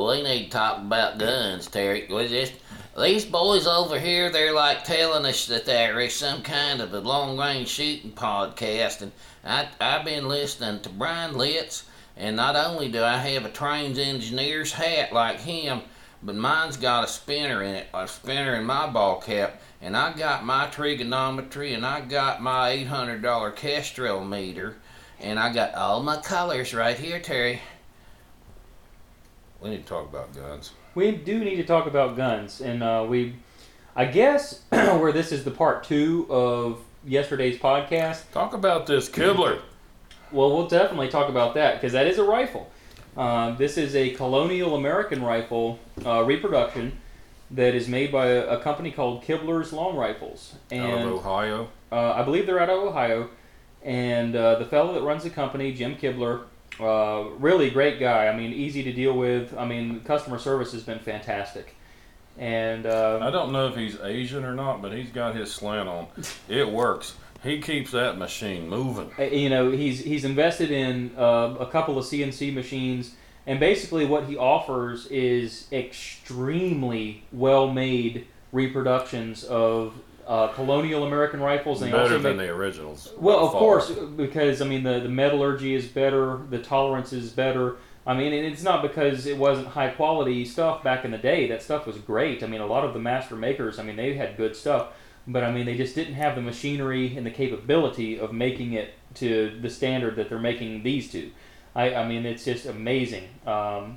[SPEAKER 4] We need to talk about guns, Terry. We just these boys over here, they're like telling us that there is some kind of a long-range shooting podcast, and I, I've been listening to Brian Litz, and not only do I have a trains engineer's hat like him, but mine's got a spinner in it, a spinner in my ball cap, and I got my trigonometry, and I got my $800 Kestrel meter, and I got all my colors right here, Terry.
[SPEAKER 1] We need to talk about guns.
[SPEAKER 2] We do need to talk about guns, and uh, we, I guess, where this is the part two of yesterday's podcast.
[SPEAKER 1] Talk about this Kibler.
[SPEAKER 2] Well, we'll definitely talk about that because that is a rifle. Um, this is a colonial American rifle uh, reproduction that is made by a, a company called Kibler's Long Rifles,
[SPEAKER 1] out of
[SPEAKER 2] and
[SPEAKER 1] Ohio.
[SPEAKER 2] uh, I believe they're out of Ohio. And uh, the fellow that runs the company, Jim Kibler, uh, really great guy. I mean, easy to deal with. I mean, customer service has been fantastic. And
[SPEAKER 1] I
[SPEAKER 2] uh,
[SPEAKER 1] don't know if he's Asian or not, but he's got his slant on. It works. He keeps that machine moving.
[SPEAKER 2] uh, you know, he's he's invested in uh, a couple of CNC machines, and basically what he offers is extremely well made reproductions of uh, colonial American rifles. And they
[SPEAKER 1] Better
[SPEAKER 2] also
[SPEAKER 1] than
[SPEAKER 2] make-
[SPEAKER 1] the originals.
[SPEAKER 2] Well,
[SPEAKER 1] by
[SPEAKER 2] of
[SPEAKER 1] far.
[SPEAKER 2] course, because I mean the, the metallurgy is better, the tolerance is better. I mean, and it's not because it wasn't high quality stuff back in the day. That stuff was great. I mean, a lot of the master makers, I mean, they had good stuff, but I mean, they just didn't have the machinery and the capability of making it to the standard that they're making these to. I, I mean, it's just amazing. Um,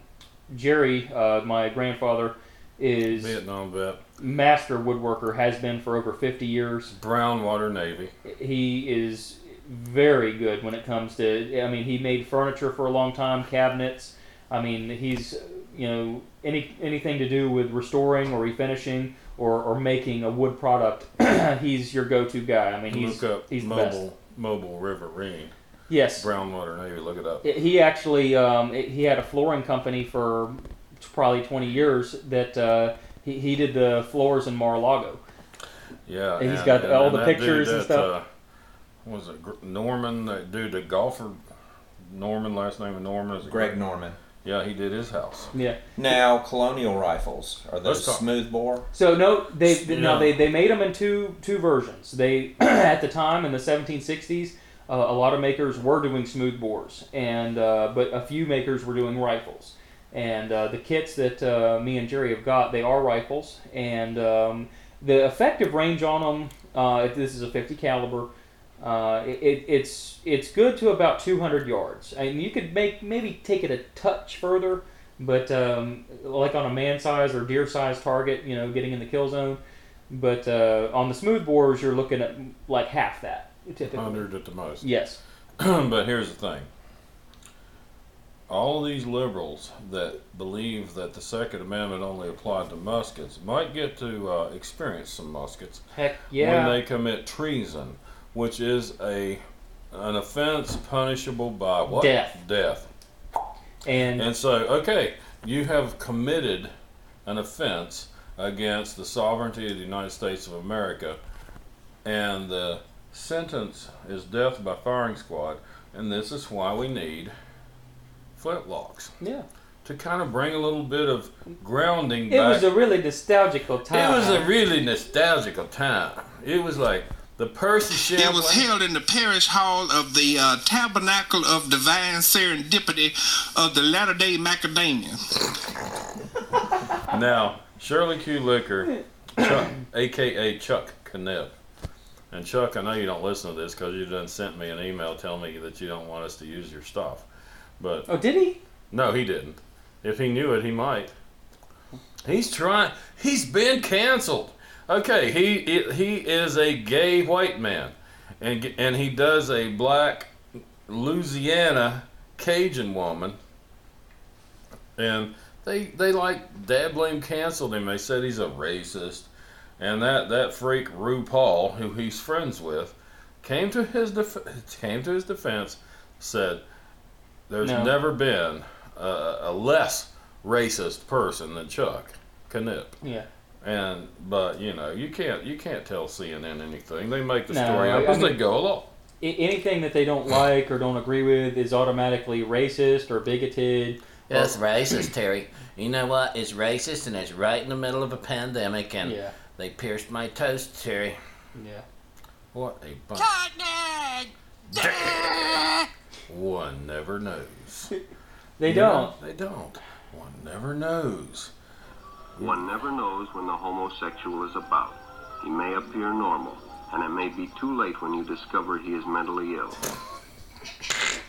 [SPEAKER 2] Jerry, uh, my grandfather, is
[SPEAKER 1] Vietnam vet,
[SPEAKER 2] master woodworker, has been for over 50 years
[SPEAKER 1] brown water navy.
[SPEAKER 2] he is very good when it comes to i mean he made furniture for a long time cabinets i mean he's you know any anything to do with restoring or refinishing or, or making a wood product he's your go-to guy i mean he's
[SPEAKER 1] Look up
[SPEAKER 2] he's the
[SPEAKER 1] mobile mobile riverine.
[SPEAKER 2] best. yes
[SPEAKER 1] Brown water navy. Look it up.
[SPEAKER 2] it- he actually um, it- he had a flooring company for probably 20 years that uh, he, he did the floors in mar-a-lago
[SPEAKER 1] Yeah,
[SPEAKER 2] He's got all the
[SPEAKER 1] that
[SPEAKER 2] pictures and
[SPEAKER 1] that,
[SPEAKER 2] stuff.
[SPEAKER 1] Uh, what was it Gr- Norman? That dude, the golfer, Norman. Last name of Norman is it
[SPEAKER 3] Greg Norman.
[SPEAKER 1] Yeah, he did his house.
[SPEAKER 2] Yeah.
[SPEAKER 3] Now, Colonial rifles are those
[SPEAKER 1] Let's talk-
[SPEAKER 3] smooth bore?
[SPEAKER 2] So no, they
[SPEAKER 1] Yeah.
[SPEAKER 2] no they, they made them in two two versions. They at the time in the 1760s, uh, a lot of makers were doing smooth bores, and uh, but a few makers were doing rifles. And uh, the kits that uh, me and Jerry have got, they are rifles, and um, the effective range on them. Uh, if this is a 50 caliber. Uh, it, it, it's it's good to about 200 yards, and you could make maybe take it a touch further, but um, like on a man size or deer size target, you know, getting in the kill zone. But uh, on the smooth bores, you're looking at like half that typically.
[SPEAKER 1] Hundred at the most.
[SPEAKER 2] Yes.
[SPEAKER 1] but here's the thing. All these liberals that believe that the Second Amendment only applied to muskets might get to uh, experience some muskets
[SPEAKER 2] Heck yeah.
[SPEAKER 1] when they commit treason, which is a an offense punishable by what?
[SPEAKER 2] Death.
[SPEAKER 1] Death.
[SPEAKER 2] and
[SPEAKER 1] And so, okay, you have committed an offense against the sovereignty of the United States of America, and the sentence is death by firing squad. And this is why we need flintlocks
[SPEAKER 2] yeah,
[SPEAKER 1] to kind of bring a little bit of grounding
[SPEAKER 2] it
[SPEAKER 1] back.
[SPEAKER 2] was a really nostalgic time.
[SPEAKER 1] it was a really nostalgic time. It was like the Percy
[SPEAKER 5] It
[SPEAKER 1] Shelley.
[SPEAKER 5] was held in the parish hall of the uh, Tabernacle of Divine Serendipity of the Latter Day Macadamia.
[SPEAKER 1] Now, Shirley Q. Licker, Chuck, aka Chuck Knipp. And Chuck, I know you don't listen to this because you done sent me an email telling me that you don't want us to use your stuff. But
[SPEAKER 2] oh, did he?
[SPEAKER 1] no, he didn't. If he knew it, he might. He's trying. He's been canceled. Okay, he he is a gay white man, and and he does a black Louisiana Cajun woman, and they they like dad blame canceled him. They said he's a racist, and that that freak RuPaul, who he's friends with, came to his def- came to his defense, said, "There's
[SPEAKER 2] No.
[SPEAKER 1] never been a, a less racist person than Chuck Knipp."
[SPEAKER 2] Yeah.
[SPEAKER 1] And but you know you can't you can't tell CNN anything. They make the
[SPEAKER 2] No,
[SPEAKER 1] story
[SPEAKER 2] I-
[SPEAKER 1] up
[SPEAKER 2] I
[SPEAKER 1] as they
[SPEAKER 2] mean-
[SPEAKER 1] go along.
[SPEAKER 2] I- anything that they don't like or don't agree with is automatically racist or bigoted.
[SPEAKER 4] That's racist, Terry. You know what? It's racist, and it's right in the middle of a pandemic, and
[SPEAKER 2] Yeah.
[SPEAKER 4] they pierced my toast, Terry.
[SPEAKER 2] Yeah.
[SPEAKER 1] What a bunch! One never knows.
[SPEAKER 2] They
[SPEAKER 1] You
[SPEAKER 2] don't.
[SPEAKER 1] know, They don't. One never knows.
[SPEAKER 6] One never knows when the homosexual is about. He may appear normal, and it may be too late when you discover he is mentally ill.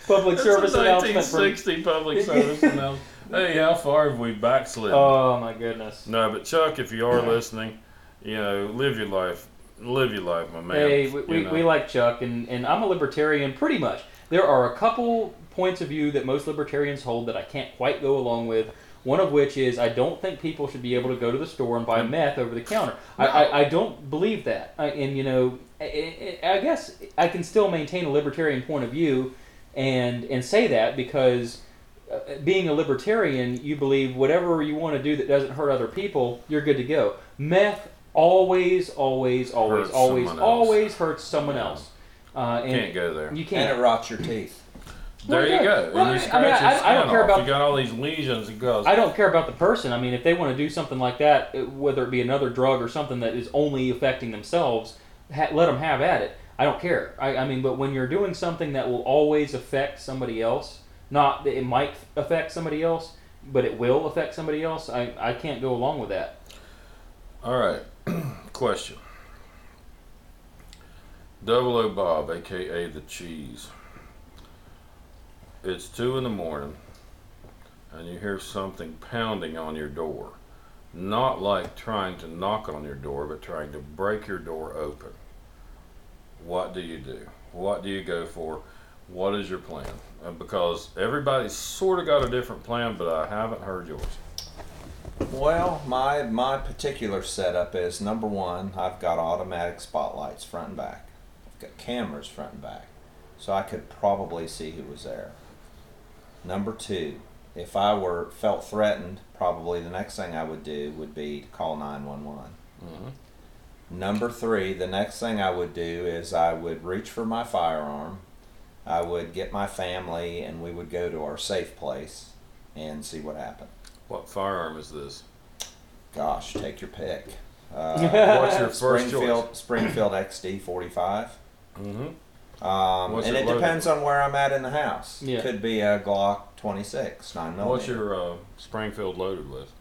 [SPEAKER 2] Public service
[SPEAKER 1] That's a
[SPEAKER 2] announcement from.
[SPEAKER 1] 1960 public service announcement. Hey, how far have we backslid?
[SPEAKER 2] Oh my goodness.
[SPEAKER 1] no, but Chuck, if you are listening, you know, live your life. Live your life, my man.
[SPEAKER 2] Hey, we,
[SPEAKER 1] you
[SPEAKER 2] we,
[SPEAKER 1] know.
[SPEAKER 2] we like Chuck, and, and I'm a libertarian pretty much. There are a couple points of view that most libertarians hold that I can't quite go along with. One of which is I don't think people should be able to go to the store and
[SPEAKER 1] Mm.
[SPEAKER 2] buy meth over the counter. I, I, I don't believe that. I, and, you know, I, I I guess I can still maintain a libertarian point of view and, and say that because uh, being a libertarian, you believe whatever you want to do that doesn't hurt other people, you're good to go. Meth always, always, always,
[SPEAKER 1] Hurts
[SPEAKER 2] always,
[SPEAKER 1] someone else.
[SPEAKER 2] always hurts someone else. Uh, and
[SPEAKER 1] can't go there.
[SPEAKER 2] You
[SPEAKER 3] And it
[SPEAKER 2] can't.
[SPEAKER 3] rots your teeth.
[SPEAKER 1] There you
[SPEAKER 2] Well,
[SPEAKER 1] go.
[SPEAKER 2] well,
[SPEAKER 1] and you
[SPEAKER 2] I mean,
[SPEAKER 1] scratch
[SPEAKER 2] I-
[SPEAKER 1] your
[SPEAKER 2] I- I don't
[SPEAKER 1] skin
[SPEAKER 2] care
[SPEAKER 1] off.
[SPEAKER 2] about-
[SPEAKER 1] You got all these lesions. It goes.
[SPEAKER 2] I don't care about the person. I mean, if they want to do something like that, it- whether it be another drug or something that is only affecting themselves, ha- let them have at it. I don't care. I, I mean, but when you're doing something that will always affect somebody else, not that it might affect somebody else, but it will affect somebody else, I, I can't go along with that.
[SPEAKER 1] All right. Question. Double O Bob, aka the Cheese. It's two in the morning, and you hear something pounding on your door. Not like trying to knock on your door, but trying to break your door open. What do you do? What do you go for? What is your plan? Uh, Because everybody's sort of got a different plan, but I haven't heard yours.
[SPEAKER 3] Well, my my particular setup is number one. I've got automatic spotlights front and back. I've got cameras front and back, so I could probably see who was there. Number two, if I were felt threatened, probably the next thing I would do would be to call nine one one. Number three, the next thing I would do is I would reach for my firearm. I would get my family, and we would go to our safe place and see what happened.
[SPEAKER 1] What firearm is this?
[SPEAKER 3] Gosh, take your pick.
[SPEAKER 1] What's your first
[SPEAKER 3] Springfield
[SPEAKER 1] choice?
[SPEAKER 3] Springfield XD forty five.
[SPEAKER 1] Mm-hmm.
[SPEAKER 3] Um,
[SPEAKER 1] What's
[SPEAKER 3] and
[SPEAKER 1] it
[SPEAKER 3] it
[SPEAKER 1] loaded
[SPEAKER 3] depends on where I'm at in the house.
[SPEAKER 2] Yeah.
[SPEAKER 3] Could be a Glock 26 nine
[SPEAKER 1] What's
[SPEAKER 3] millimeter.
[SPEAKER 1] your uh, Springfield loaded with?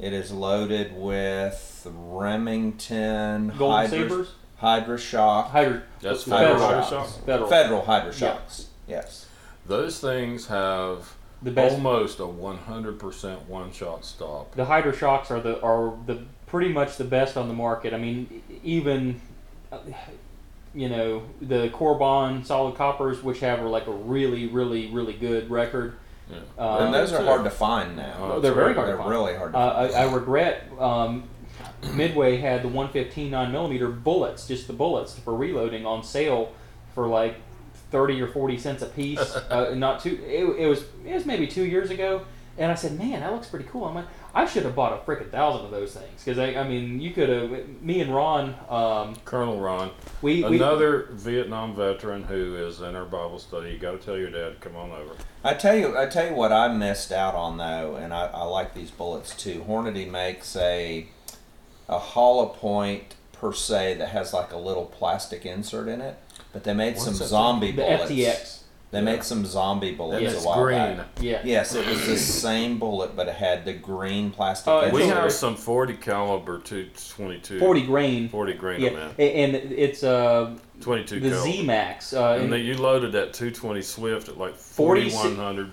[SPEAKER 3] It is loaded with Remington
[SPEAKER 2] Golden
[SPEAKER 3] Hydra-
[SPEAKER 2] Sabers,
[SPEAKER 3] Hydra shock,
[SPEAKER 2] Hydra,
[SPEAKER 1] That's
[SPEAKER 3] Federal
[SPEAKER 1] federal.
[SPEAKER 3] shots.
[SPEAKER 1] shot.
[SPEAKER 2] Federal,
[SPEAKER 3] federal Hydra shocks. Yes.
[SPEAKER 1] Those things have
[SPEAKER 2] the best. Uh,
[SPEAKER 1] almost a 100% one-shot stop.
[SPEAKER 2] The Hydra shocks are the are the pretty much the best on the market. I mean, e- even uh, you know the Corbon solid coppers, which have like a really, really, really good record.
[SPEAKER 1] Yeah.
[SPEAKER 2] Um,
[SPEAKER 3] and those are hard to find now.
[SPEAKER 1] Oh,
[SPEAKER 2] they're very hard
[SPEAKER 3] They're
[SPEAKER 2] to find.
[SPEAKER 3] really hard to
[SPEAKER 2] Uh,
[SPEAKER 3] find.
[SPEAKER 2] I, I regret um, Midway had the 115 9 millimeter bullets, just the bullets for reloading on sale for like 30 or 40 cents a piece. uh, not two. It, it was it was maybe two years ago, and I said, man, that looks pretty cool. I'm like, I should have bought a freaking thousand of those things because I, I mean, you could have. Me and Ron, um,
[SPEAKER 1] Colonel Ron,
[SPEAKER 2] we we-
[SPEAKER 1] another Vietnam veteran who is in our Bible study. You got to tell your dad, come on over.
[SPEAKER 3] I tell you, I tell you what I missed out on though, and I, I like these bullets too. Hornady makes a a hollow point per se that has like a little plastic insert in it, but they made
[SPEAKER 1] What's
[SPEAKER 3] some
[SPEAKER 1] that thing?
[SPEAKER 3] zombie
[SPEAKER 2] the
[SPEAKER 3] bullets.
[SPEAKER 2] FTX.
[SPEAKER 3] They made some zombie bullets
[SPEAKER 1] It's
[SPEAKER 3] a while
[SPEAKER 1] green.
[SPEAKER 3] back.
[SPEAKER 2] Yeah.
[SPEAKER 3] Yes, it was the same bullet, but it had the green plastic.
[SPEAKER 2] Oh, it's
[SPEAKER 1] We
[SPEAKER 2] a-
[SPEAKER 3] insert.
[SPEAKER 1] have some 40 caliber 222.
[SPEAKER 2] 40 grain.
[SPEAKER 1] 40 grain on
[SPEAKER 2] Yeah.
[SPEAKER 1] that.
[SPEAKER 2] a- And it's uh,
[SPEAKER 1] 22
[SPEAKER 2] the
[SPEAKER 1] caliber.
[SPEAKER 2] Z Max. Uh,
[SPEAKER 1] And
[SPEAKER 2] and-
[SPEAKER 1] then you loaded that 220 Swift at like
[SPEAKER 2] 46
[SPEAKER 1] 4100.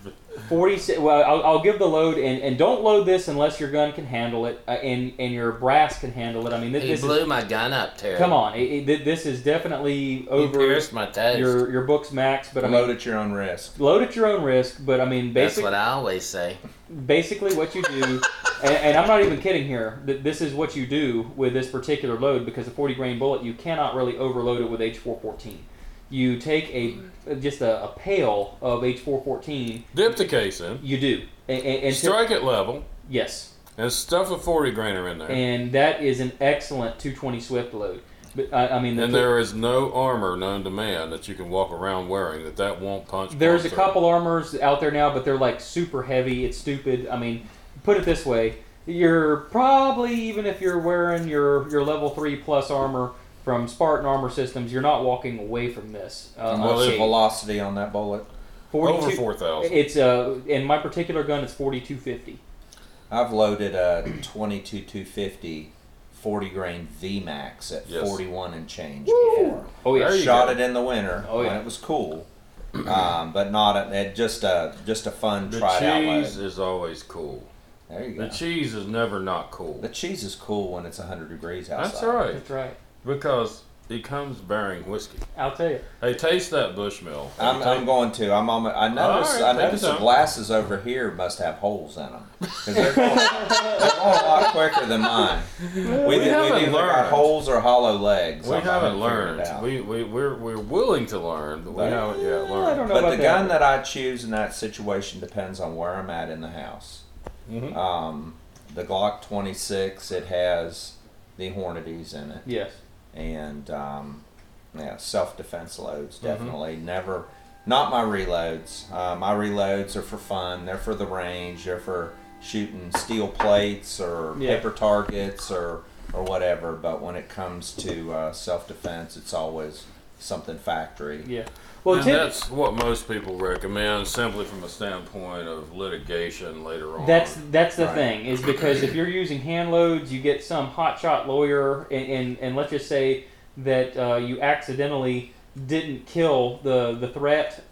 [SPEAKER 2] 46 well I'll, I'll give the load and, and don't load this unless your gun can handle it uh, and and your brass can handle it i mean thi-
[SPEAKER 4] He
[SPEAKER 2] this,
[SPEAKER 4] blew
[SPEAKER 2] is
[SPEAKER 4] my gun up, Terry.
[SPEAKER 2] come on it, it, this is definitely
[SPEAKER 4] He
[SPEAKER 2] over
[SPEAKER 4] pierced my toast.
[SPEAKER 2] your your books max but i mean
[SPEAKER 3] load at your own risk.
[SPEAKER 2] load at your own risk but i mean
[SPEAKER 4] That's
[SPEAKER 2] basic,
[SPEAKER 4] what I always say.
[SPEAKER 2] basically what you do and, and i'm not even kidding here th- this is what you do with this particular load because a 40 grain bullet you cannot really overload it with h414 you take a
[SPEAKER 4] Hmm.
[SPEAKER 2] just a, a pail of h414
[SPEAKER 1] Dip the case in.
[SPEAKER 2] you do and, and, and
[SPEAKER 1] Strike it level.
[SPEAKER 2] yes
[SPEAKER 1] And stuff a 40 grainer in there. And,
[SPEAKER 2] and that is an excellent 220 Swift load. But I, I mean, the,
[SPEAKER 1] there is no armor known to man that you can walk around wearing that that won't punch.
[SPEAKER 2] there's a
[SPEAKER 1] punch
[SPEAKER 2] couple armors out there now, but they're like super heavy. It's stupid. I mean, put it this way: you're probably even if you're wearing your your level three plus armor from Spartan Armor Systems, you're not walking away from this. Uh,
[SPEAKER 3] What's the
[SPEAKER 1] it-
[SPEAKER 3] velocity on that bullet?
[SPEAKER 1] through.
[SPEAKER 2] 42
[SPEAKER 1] Over 4,000.
[SPEAKER 2] It's uh, in my particular gun, it's 4250.
[SPEAKER 3] I've loaded a 22 250 40 grain VMAX at
[SPEAKER 1] Yes.
[SPEAKER 3] 41 and change before.
[SPEAKER 2] Oh yeah,
[SPEAKER 1] There you
[SPEAKER 3] Shot
[SPEAKER 1] go.
[SPEAKER 3] it in the winter
[SPEAKER 2] Oh,
[SPEAKER 3] when
[SPEAKER 2] yeah.
[SPEAKER 3] it was cool, um, but not a, it- just a just a fun
[SPEAKER 1] The
[SPEAKER 3] try it out
[SPEAKER 1] cheese
[SPEAKER 3] load.
[SPEAKER 1] is always cool.
[SPEAKER 3] There you
[SPEAKER 1] The
[SPEAKER 3] go.
[SPEAKER 1] cheese is never not cool.
[SPEAKER 3] The cheese is cool when it's 100 degrees outside.
[SPEAKER 1] That's right.
[SPEAKER 2] that's right.
[SPEAKER 1] Because it comes bearing whiskey.
[SPEAKER 2] I'll tell you.
[SPEAKER 1] Hey, taste that Bushmill.
[SPEAKER 3] I'm,
[SPEAKER 1] Hey,
[SPEAKER 3] I'm going to. I'm on. I notice.
[SPEAKER 1] All right,
[SPEAKER 3] I
[SPEAKER 1] take
[SPEAKER 3] notice
[SPEAKER 1] your
[SPEAKER 3] the
[SPEAKER 1] time.
[SPEAKER 3] glasses over here must have holes in them because they're, going- they're going a lot quicker than mine. We, we
[SPEAKER 1] haven't
[SPEAKER 3] either got
[SPEAKER 1] learned.
[SPEAKER 3] holes or hollow legs.
[SPEAKER 1] We
[SPEAKER 3] I'm- I
[SPEAKER 1] haven't
[SPEAKER 3] figured it
[SPEAKER 1] learned.
[SPEAKER 3] out.
[SPEAKER 1] We, we, we're, we're willing to learn, but we
[SPEAKER 3] But-
[SPEAKER 1] haven't yet
[SPEAKER 2] I don't
[SPEAKER 1] learned.
[SPEAKER 2] know
[SPEAKER 3] But
[SPEAKER 2] about
[SPEAKER 3] the
[SPEAKER 2] that.
[SPEAKER 3] gun that I choose in that situation depends on where I'm at in the house.
[SPEAKER 2] Mm-hmm.
[SPEAKER 1] Mhm.
[SPEAKER 3] Um, the Glock 26, it has the Hornadies in it,
[SPEAKER 2] Yes.
[SPEAKER 3] and um, yeah, self-defense loads
[SPEAKER 2] Mm-hmm.
[SPEAKER 3] definitely. Never, not my reloads. Uh, my reloads are for fun. They're for the range. They're for shooting steel plates or
[SPEAKER 2] Yeah.
[SPEAKER 3] paper targets or or whatever. But when it comes to uh, self-defense, it's always something factory.
[SPEAKER 2] Yeah. Well,
[SPEAKER 1] and
[SPEAKER 2] tip-
[SPEAKER 1] that's what most people recommend, simply from a standpoint of litigation later on.
[SPEAKER 2] That's that's the
[SPEAKER 3] Right.
[SPEAKER 2] thing is because if you're using hand loads, you get some hotshot lawyer, and, and and let's just say that uh, you accidentally didn't kill the the threat.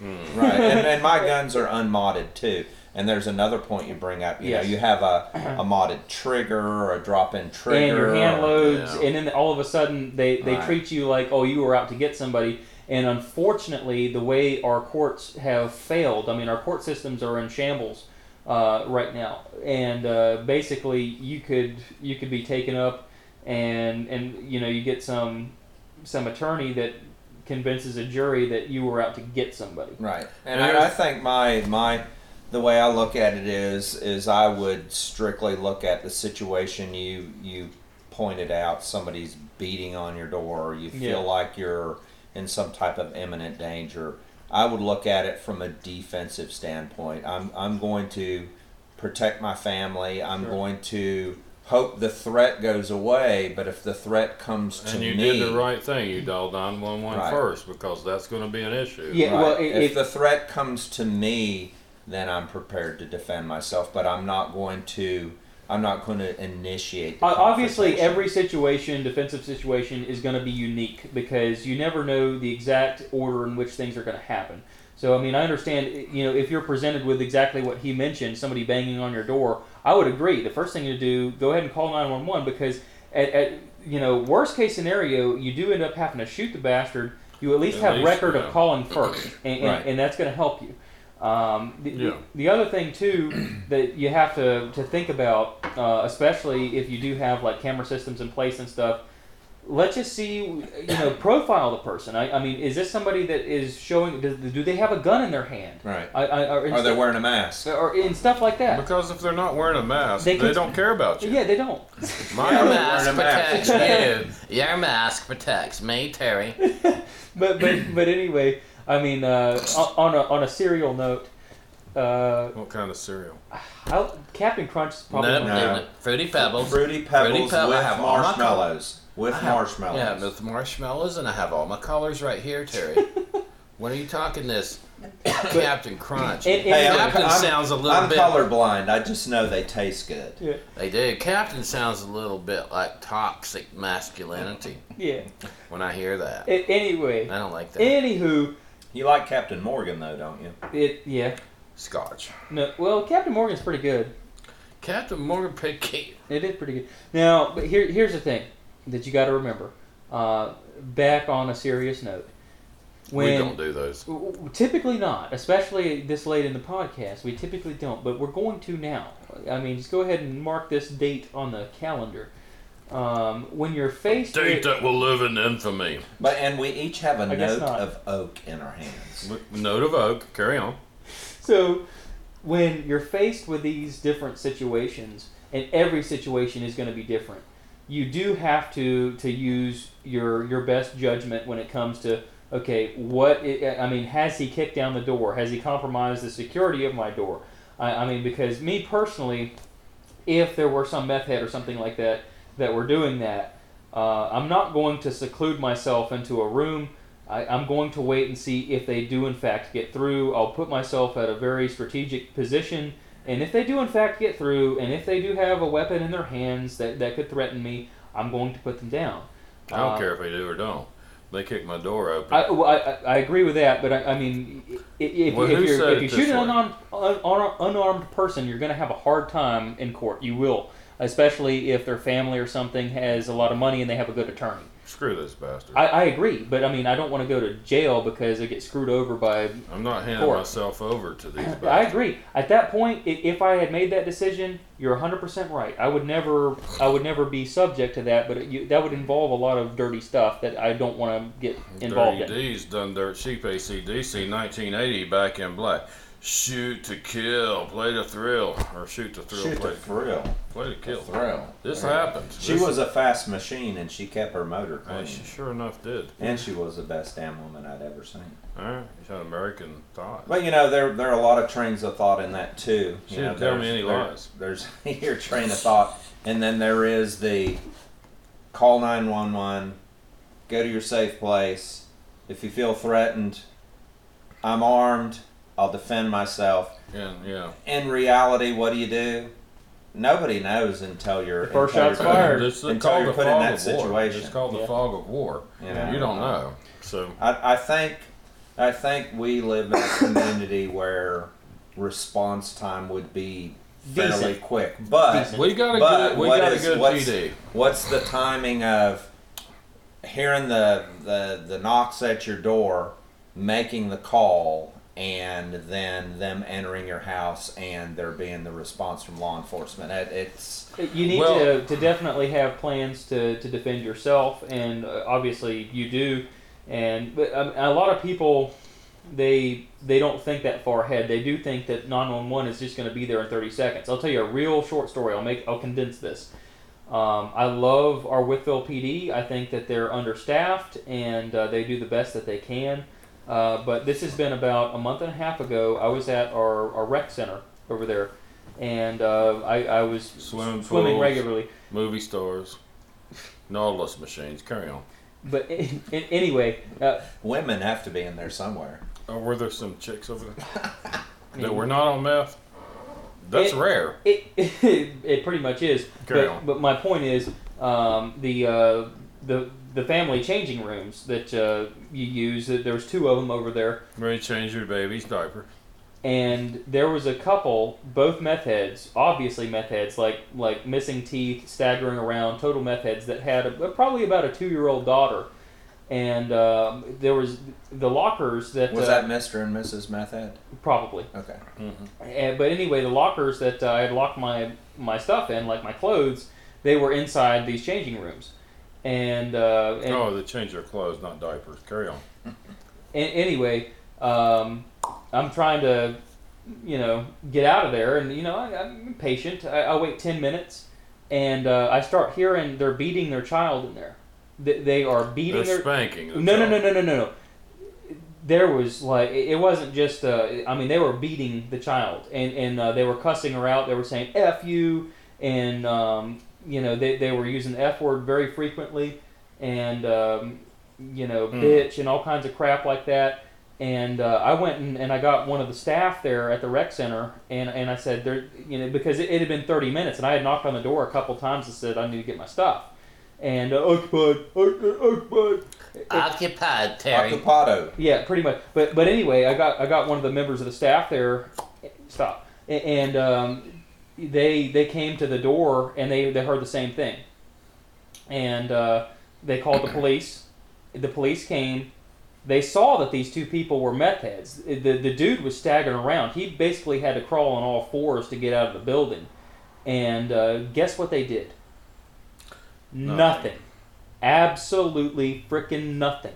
[SPEAKER 3] Right, and, and my guns are unmodded too. And there's another point you bring up. You
[SPEAKER 2] Yes.
[SPEAKER 3] know, you have a, a modded trigger or a drop-in trigger.
[SPEAKER 2] and your hand
[SPEAKER 3] or-
[SPEAKER 2] loads,
[SPEAKER 1] yeah.
[SPEAKER 2] and then all of a sudden they, they
[SPEAKER 3] Right.
[SPEAKER 2] treat you like, oh, you were out to get somebody. And unfortunately, the way our courts have failed, I mean, our court systems are in shambles uh, right now. And uh, basically, you could you could be taken up, and and you know you get some some attorney that convinces a jury that you were out to get somebody.
[SPEAKER 3] Right, and
[SPEAKER 1] There's-
[SPEAKER 3] I, I think my my the way I look at it is is I would strictly look at the situation you you pointed out, somebody's beating on your door, or you feel
[SPEAKER 2] Yeah.
[SPEAKER 3] like you're in some type of imminent danger, I would look at it from a defensive standpoint. I'm, I'm going to protect my family. I'm
[SPEAKER 2] Sure.
[SPEAKER 3] going to hope the threat goes away. But if the threat comes to
[SPEAKER 1] And you
[SPEAKER 3] me,
[SPEAKER 1] did the right thing. You dialed 911
[SPEAKER 3] Right.
[SPEAKER 1] first because that's going to be an issue.
[SPEAKER 2] Yeah.
[SPEAKER 3] Right.
[SPEAKER 2] well, it-
[SPEAKER 3] if
[SPEAKER 2] it-
[SPEAKER 3] the threat comes to me, then I'm prepared to defend myself, but I'm not going to. I'm not going to initiate. The
[SPEAKER 2] O- Obviously,
[SPEAKER 3] confrontation.
[SPEAKER 2] every situation, defensive situation, is going to be unique because you never know the exact order in which things are going to happen. So, I mean, I understand, i- you know, if you're presented with exactly what he mentioned, somebody banging on your door, I would agree. The first thing to do, go ahead and call 911 because, at, at you know, worst case scenario, you do end up having to shoot the bastard. You at least
[SPEAKER 1] At
[SPEAKER 2] have
[SPEAKER 1] least,
[SPEAKER 2] record
[SPEAKER 1] yeah.
[SPEAKER 2] of calling first, and, and,
[SPEAKER 3] Right.
[SPEAKER 2] and that's going to help you. Um, the, the-
[SPEAKER 1] Yeah.
[SPEAKER 2] the other thing too that you have to, to think about, uh, especially if you do have like camera systems in place and stuff, let's just see, you know, profile the person. I, I mean, is this somebody that is showing? Do, do they have a gun in their hand?
[SPEAKER 3] Right.
[SPEAKER 2] I, I, or, in
[SPEAKER 3] Are they
[SPEAKER 2] stu-
[SPEAKER 3] wearing a mask?
[SPEAKER 2] or in stuff like that?
[SPEAKER 1] Because if they're not wearing a mask,
[SPEAKER 2] They
[SPEAKER 1] they,
[SPEAKER 2] could-
[SPEAKER 1] don't care about you.
[SPEAKER 2] Yeah, they don't.
[SPEAKER 1] My yeah,
[SPEAKER 4] Your mask
[SPEAKER 1] wearing a mask.
[SPEAKER 4] protects
[SPEAKER 1] Yeah.
[SPEAKER 4] you. Your mask protects me, Terry.
[SPEAKER 2] But but but anyway, I mean, uh, on on a on a serial note, uh,
[SPEAKER 1] What kind of cereal?
[SPEAKER 2] I, Captain Crunch is probably
[SPEAKER 4] No,
[SPEAKER 2] my
[SPEAKER 3] No.
[SPEAKER 4] no. Fruity Pebbles.
[SPEAKER 3] Fruity pebbles
[SPEAKER 4] Pebble, I
[SPEAKER 3] with
[SPEAKER 4] have all my col-
[SPEAKER 3] marshmallows. With marshmallows.
[SPEAKER 4] Yeah, with marshmallows, and I have all my colors right here, Terry. what are you talking this? Captain Crunch.
[SPEAKER 2] And- and-
[SPEAKER 3] Hey, I'm,
[SPEAKER 4] Captain
[SPEAKER 3] I'm-
[SPEAKER 4] sounds a little
[SPEAKER 3] I'm
[SPEAKER 4] bit.
[SPEAKER 3] colorblind. I just know they taste good.
[SPEAKER 2] Yeah.
[SPEAKER 4] They do. Captain sounds a little bit like toxic masculinity
[SPEAKER 2] Yeah.
[SPEAKER 4] when I hear that.
[SPEAKER 2] A- anyway.
[SPEAKER 4] I don't like that.
[SPEAKER 2] Anywho,
[SPEAKER 3] You like Captain Morgan though, don't you?
[SPEAKER 2] it yeah.
[SPEAKER 4] Scotch.
[SPEAKER 2] No, well, Captain Morgan's pretty good.
[SPEAKER 4] Captain Morgan Pickett.
[SPEAKER 2] It is pretty good. Now, but here, here's the thing that you got to remember. Uh, back on a serious note,
[SPEAKER 1] we
[SPEAKER 2] when
[SPEAKER 1] don't do those.
[SPEAKER 2] w- w- typically not, especially this late in the podcast, we typically don't, but we're going to now. I mean, just go ahead and mark this date on the calendar. Um, when you're faced
[SPEAKER 1] Date
[SPEAKER 2] with-
[SPEAKER 1] that will live in infamy.
[SPEAKER 3] But and we each have a
[SPEAKER 2] I guess
[SPEAKER 3] note
[SPEAKER 2] not.
[SPEAKER 3] of oak in our hands.
[SPEAKER 1] With Note of oak. Carry on.
[SPEAKER 2] So, when you're faced with these different situations, and every situation is going to be different, you do have to to use your your best judgment when it comes to okay, what i I mean, has he kicked down the door? Has he compromised the security of my door? I, I mean, because me personally, if there were some meth head or something like that that were doing that, uh, I'm not going to seclude myself into a room. I, I'm going to wait and see if they do in fact get through. I'll put myself at a very strategic position, and if they do in fact get through, and if they do have a weapon in their hands that, that could threaten me, I'm going to put them down.
[SPEAKER 1] I don't
[SPEAKER 2] Uh,
[SPEAKER 1] care if they do or don't. They kick my door open.
[SPEAKER 2] I, well, I, I- I agree with that, but I, I mean, i- i- if,
[SPEAKER 1] Well,
[SPEAKER 2] if
[SPEAKER 1] who
[SPEAKER 2] you're,
[SPEAKER 1] said
[SPEAKER 2] if you
[SPEAKER 1] it
[SPEAKER 2] shoot
[SPEAKER 1] this
[SPEAKER 2] an
[SPEAKER 1] way?
[SPEAKER 2] unarmed, un, un- unarmed person, you're going to have a hard time in court. You will, especially if their family or something has a lot of money and they have a good attorney.
[SPEAKER 1] Screw this bastard.
[SPEAKER 2] I, I agree, but I mean, I don't want to go to jail because I get screwed over by.
[SPEAKER 1] I'm not handing
[SPEAKER 2] Court.
[SPEAKER 1] myself over to these
[SPEAKER 2] I
[SPEAKER 1] bastards.
[SPEAKER 2] agree. At that point, i- if I had made that decision, you're 100 percent right. I would never, I would never be subject to that, but you, that would involve a lot of dirty stuff that I don't want to get involved
[SPEAKER 1] Dirty
[SPEAKER 2] in.
[SPEAKER 1] D's done dirt cheap ACDC 1980 back in black. Shoot to kill, play to thrill, or shoot to thrill,
[SPEAKER 3] Shoot
[SPEAKER 1] play,
[SPEAKER 3] the
[SPEAKER 1] to,
[SPEAKER 3] thrill.
[SPEAKER 1] play to kill.
[SPEAKER 3] Thrill.
[SPEAKER 1] This
[SPEAKER 3] Thrill.
[SPEAKER 1] happens.
[SPEAKER 3] She
[SPEAKER 1] This-
[SPEAKER 3] was a fast machine and she kept her motor
[SPEAKER 1] Yeah,
[SPEAKER 3] clean.
[SPEAKER 1] she sure enough did.
[SPEAKER 3] And she was the best damn woman I'd ever seen.
[SPEAKER 1] All right, she's an American thought.
[SPEAKER 3] But you know, there there are a lot of trains of thought in that too.
[SPEAKER 1] She
[SPEAKER 3] You know,
[SPEAKER 1] didn't tell me
[SPEAKER 3] there's-
[SPEAKER 1] any
[SPEAKER 3] there-
[SPEAKER 1] lies.
[SPEAKER 3] There's your train of thought, and then there is the call nine one one, go to your safe place. If you feel threatened, I'm armed. I'll defend myself.
[SPEAKER 1] Yeah, yeah.
[SPEAKER 3] In reality, what do you do? Nobody knows until you're
[SPEAKER 2] The first
[SPEAKER 3] until
[SPEAKER 2] shot's
[SPEAKER 3] you're-
[SPEAKER 2] fired.
[SPEAKER 1] It's
[SPEAKER 3] Until
[SPEAKER 1] called
[SPEAKER 3] you're
[SPEAKER 1] the
[SPEAKER 3] put in
[SPEAKER 1] fog
[SPEAKER 3] that
[SPEAKER 1] of war.
[SPEAKER 3] situation.
[SPEAKER 1] It's called the
[SPEAKER 2] Yeah.
[SPEAKER 1] fog of war.
[SPEAKER 3] You know.
[SPEAKER 1] You don't know. So
[SPEAKER 3] I, I think I think we live in a community where response time would be fairly
[SPEAKER 2] Decent.
[SPEAKER 3] quick. But
[SPEAKER 2] Decent.
[SPEAKER 1] we got a
[SPEAKER 3] But
[SPEAKER 1] good. We
[SPEAKER 3] what
[SPEAKER 1] got a
[SPEAKER 3] is-
[SPEAKER 1] good
[SPEAKER 3] what's-
[SPEAKER 1] PD.
[SPEAKER 3] what's the timing of hearing the, the the knocks at your door, making the call, and then them entering your house and there being the response from law enforcement? It, it's
[SPEAKER 2] You need
[SPEAKER 1] Well-
[SPEAKER 2] to, to definitely have plans to, to defend yourself, and uh, obviously you do. And but um, a lot of people, they they don't think that far ahead. They do think that 911 is just going to be there in 30 seconds. I'll tell you a real short story. I'll make I'll condense this. Um, I love our Whitfield PD. I think that they're understaffed and uh, they do the best that they can. Uh, but this has been about a month and a half ago. I was at our, our rec center over there, and uh, I, I was
[SPEAKER 1] Swimming
[SPEAKER 2] swimming
[SPEAKER 1] pools.
[SPEAKER 2] regularly.
[SPEAKER 1] Movie stars, Nautilus machines. Carry on.
[SPEAKER 2] But in, in, anyway, uh,
[SPEAKER 3] Women have to be in there somewhere.
[SPEAKER 1] Oh, were there some chicks over there that were not on meth? That's
[SPEAKER 2] It-
[SPEAKER 1] rare.
[SPEAKER 2] It, it, pretty much is.
[SPEAKER 1] Carry
[SPEAKER 2] but,
[SPEAKER 1] on.
[SPEAKER 2] but my point is um, the uh, the the family changing rooms that uh, you use. uh, There was two of them over there,
[SPEAKER 1] Ready to change your baby's diaper.
[SPEAKER 2] and there was a couple, both meth heads, obviously meth heads, like like missing teeth, staggering around, total meth heads that had a, probably about a two year old daughter. And um, there was the lockers that
[SPEAKER 3] Was
[SPEAKER 2] uh,
[SPEAKER 3] that Mr. and Mrs. Method?
[SPEAKER 2] probably
[SPEAKER 3] Okay.
[SPEAKER 2] And, but anyway, the lockers that uh, I had locked my my stuff in, like my clothes, they were inside these changing rooms. And, uh, and
[SPEAKER 1] Oh, they change their clothes, not diapers. Carry on.
[SPEAKER 2] a- anyway, um, I'm trying to, you know, get out of there, and you know, I, I'm patient. I, I wait ten minutes, and uh, I start hearing they're beating their child in there. They, they are
[SPEAKER 1] They're
[SPEAKER 2] beating their
[SPEAKER 1] spanking. the
[SPEAKER 2] no, no,
[SPEAKER 1] child.
[SPEAKER 2] no, no, no, no, no. There was like it it wasn't just. Uh, I mean, they were beating the child, and and uh, they were cussing her out. They were saying "f you," and um, you know they they were using the f word very frequently, and um, you know
[SPEAKER 1] Mm.
[SPEAKER 2] bitch and all kinds of crap like that. And uh, I went and, and I got one of the staff there at the rec center, and, and I said, there, you know, because it, it had been 30 minutes, and I had knocked on the door a couple times and said, I need to get my stuff. And uh, occupied, occupied, occupied.
[SPEAKER 4] Occupied, Terry.
[SPEAKER 3] Occupado.
[SPEAKER 2] Yeah, pretty much. But but anyway, I got I got one of the members of the staff there. Stop. A- And um, they they came to the door and they they heard the same thing. And uh, they called the police. The police came. They saw that these two people were meth heads. The the dude was staggering around. He basically had to crawl on all fours to get out of the building. And uh, guess what they did?
[SPEAKER 1] Nothing.
[SPEAKER 2] Nothing. Absolutely freaking nothing.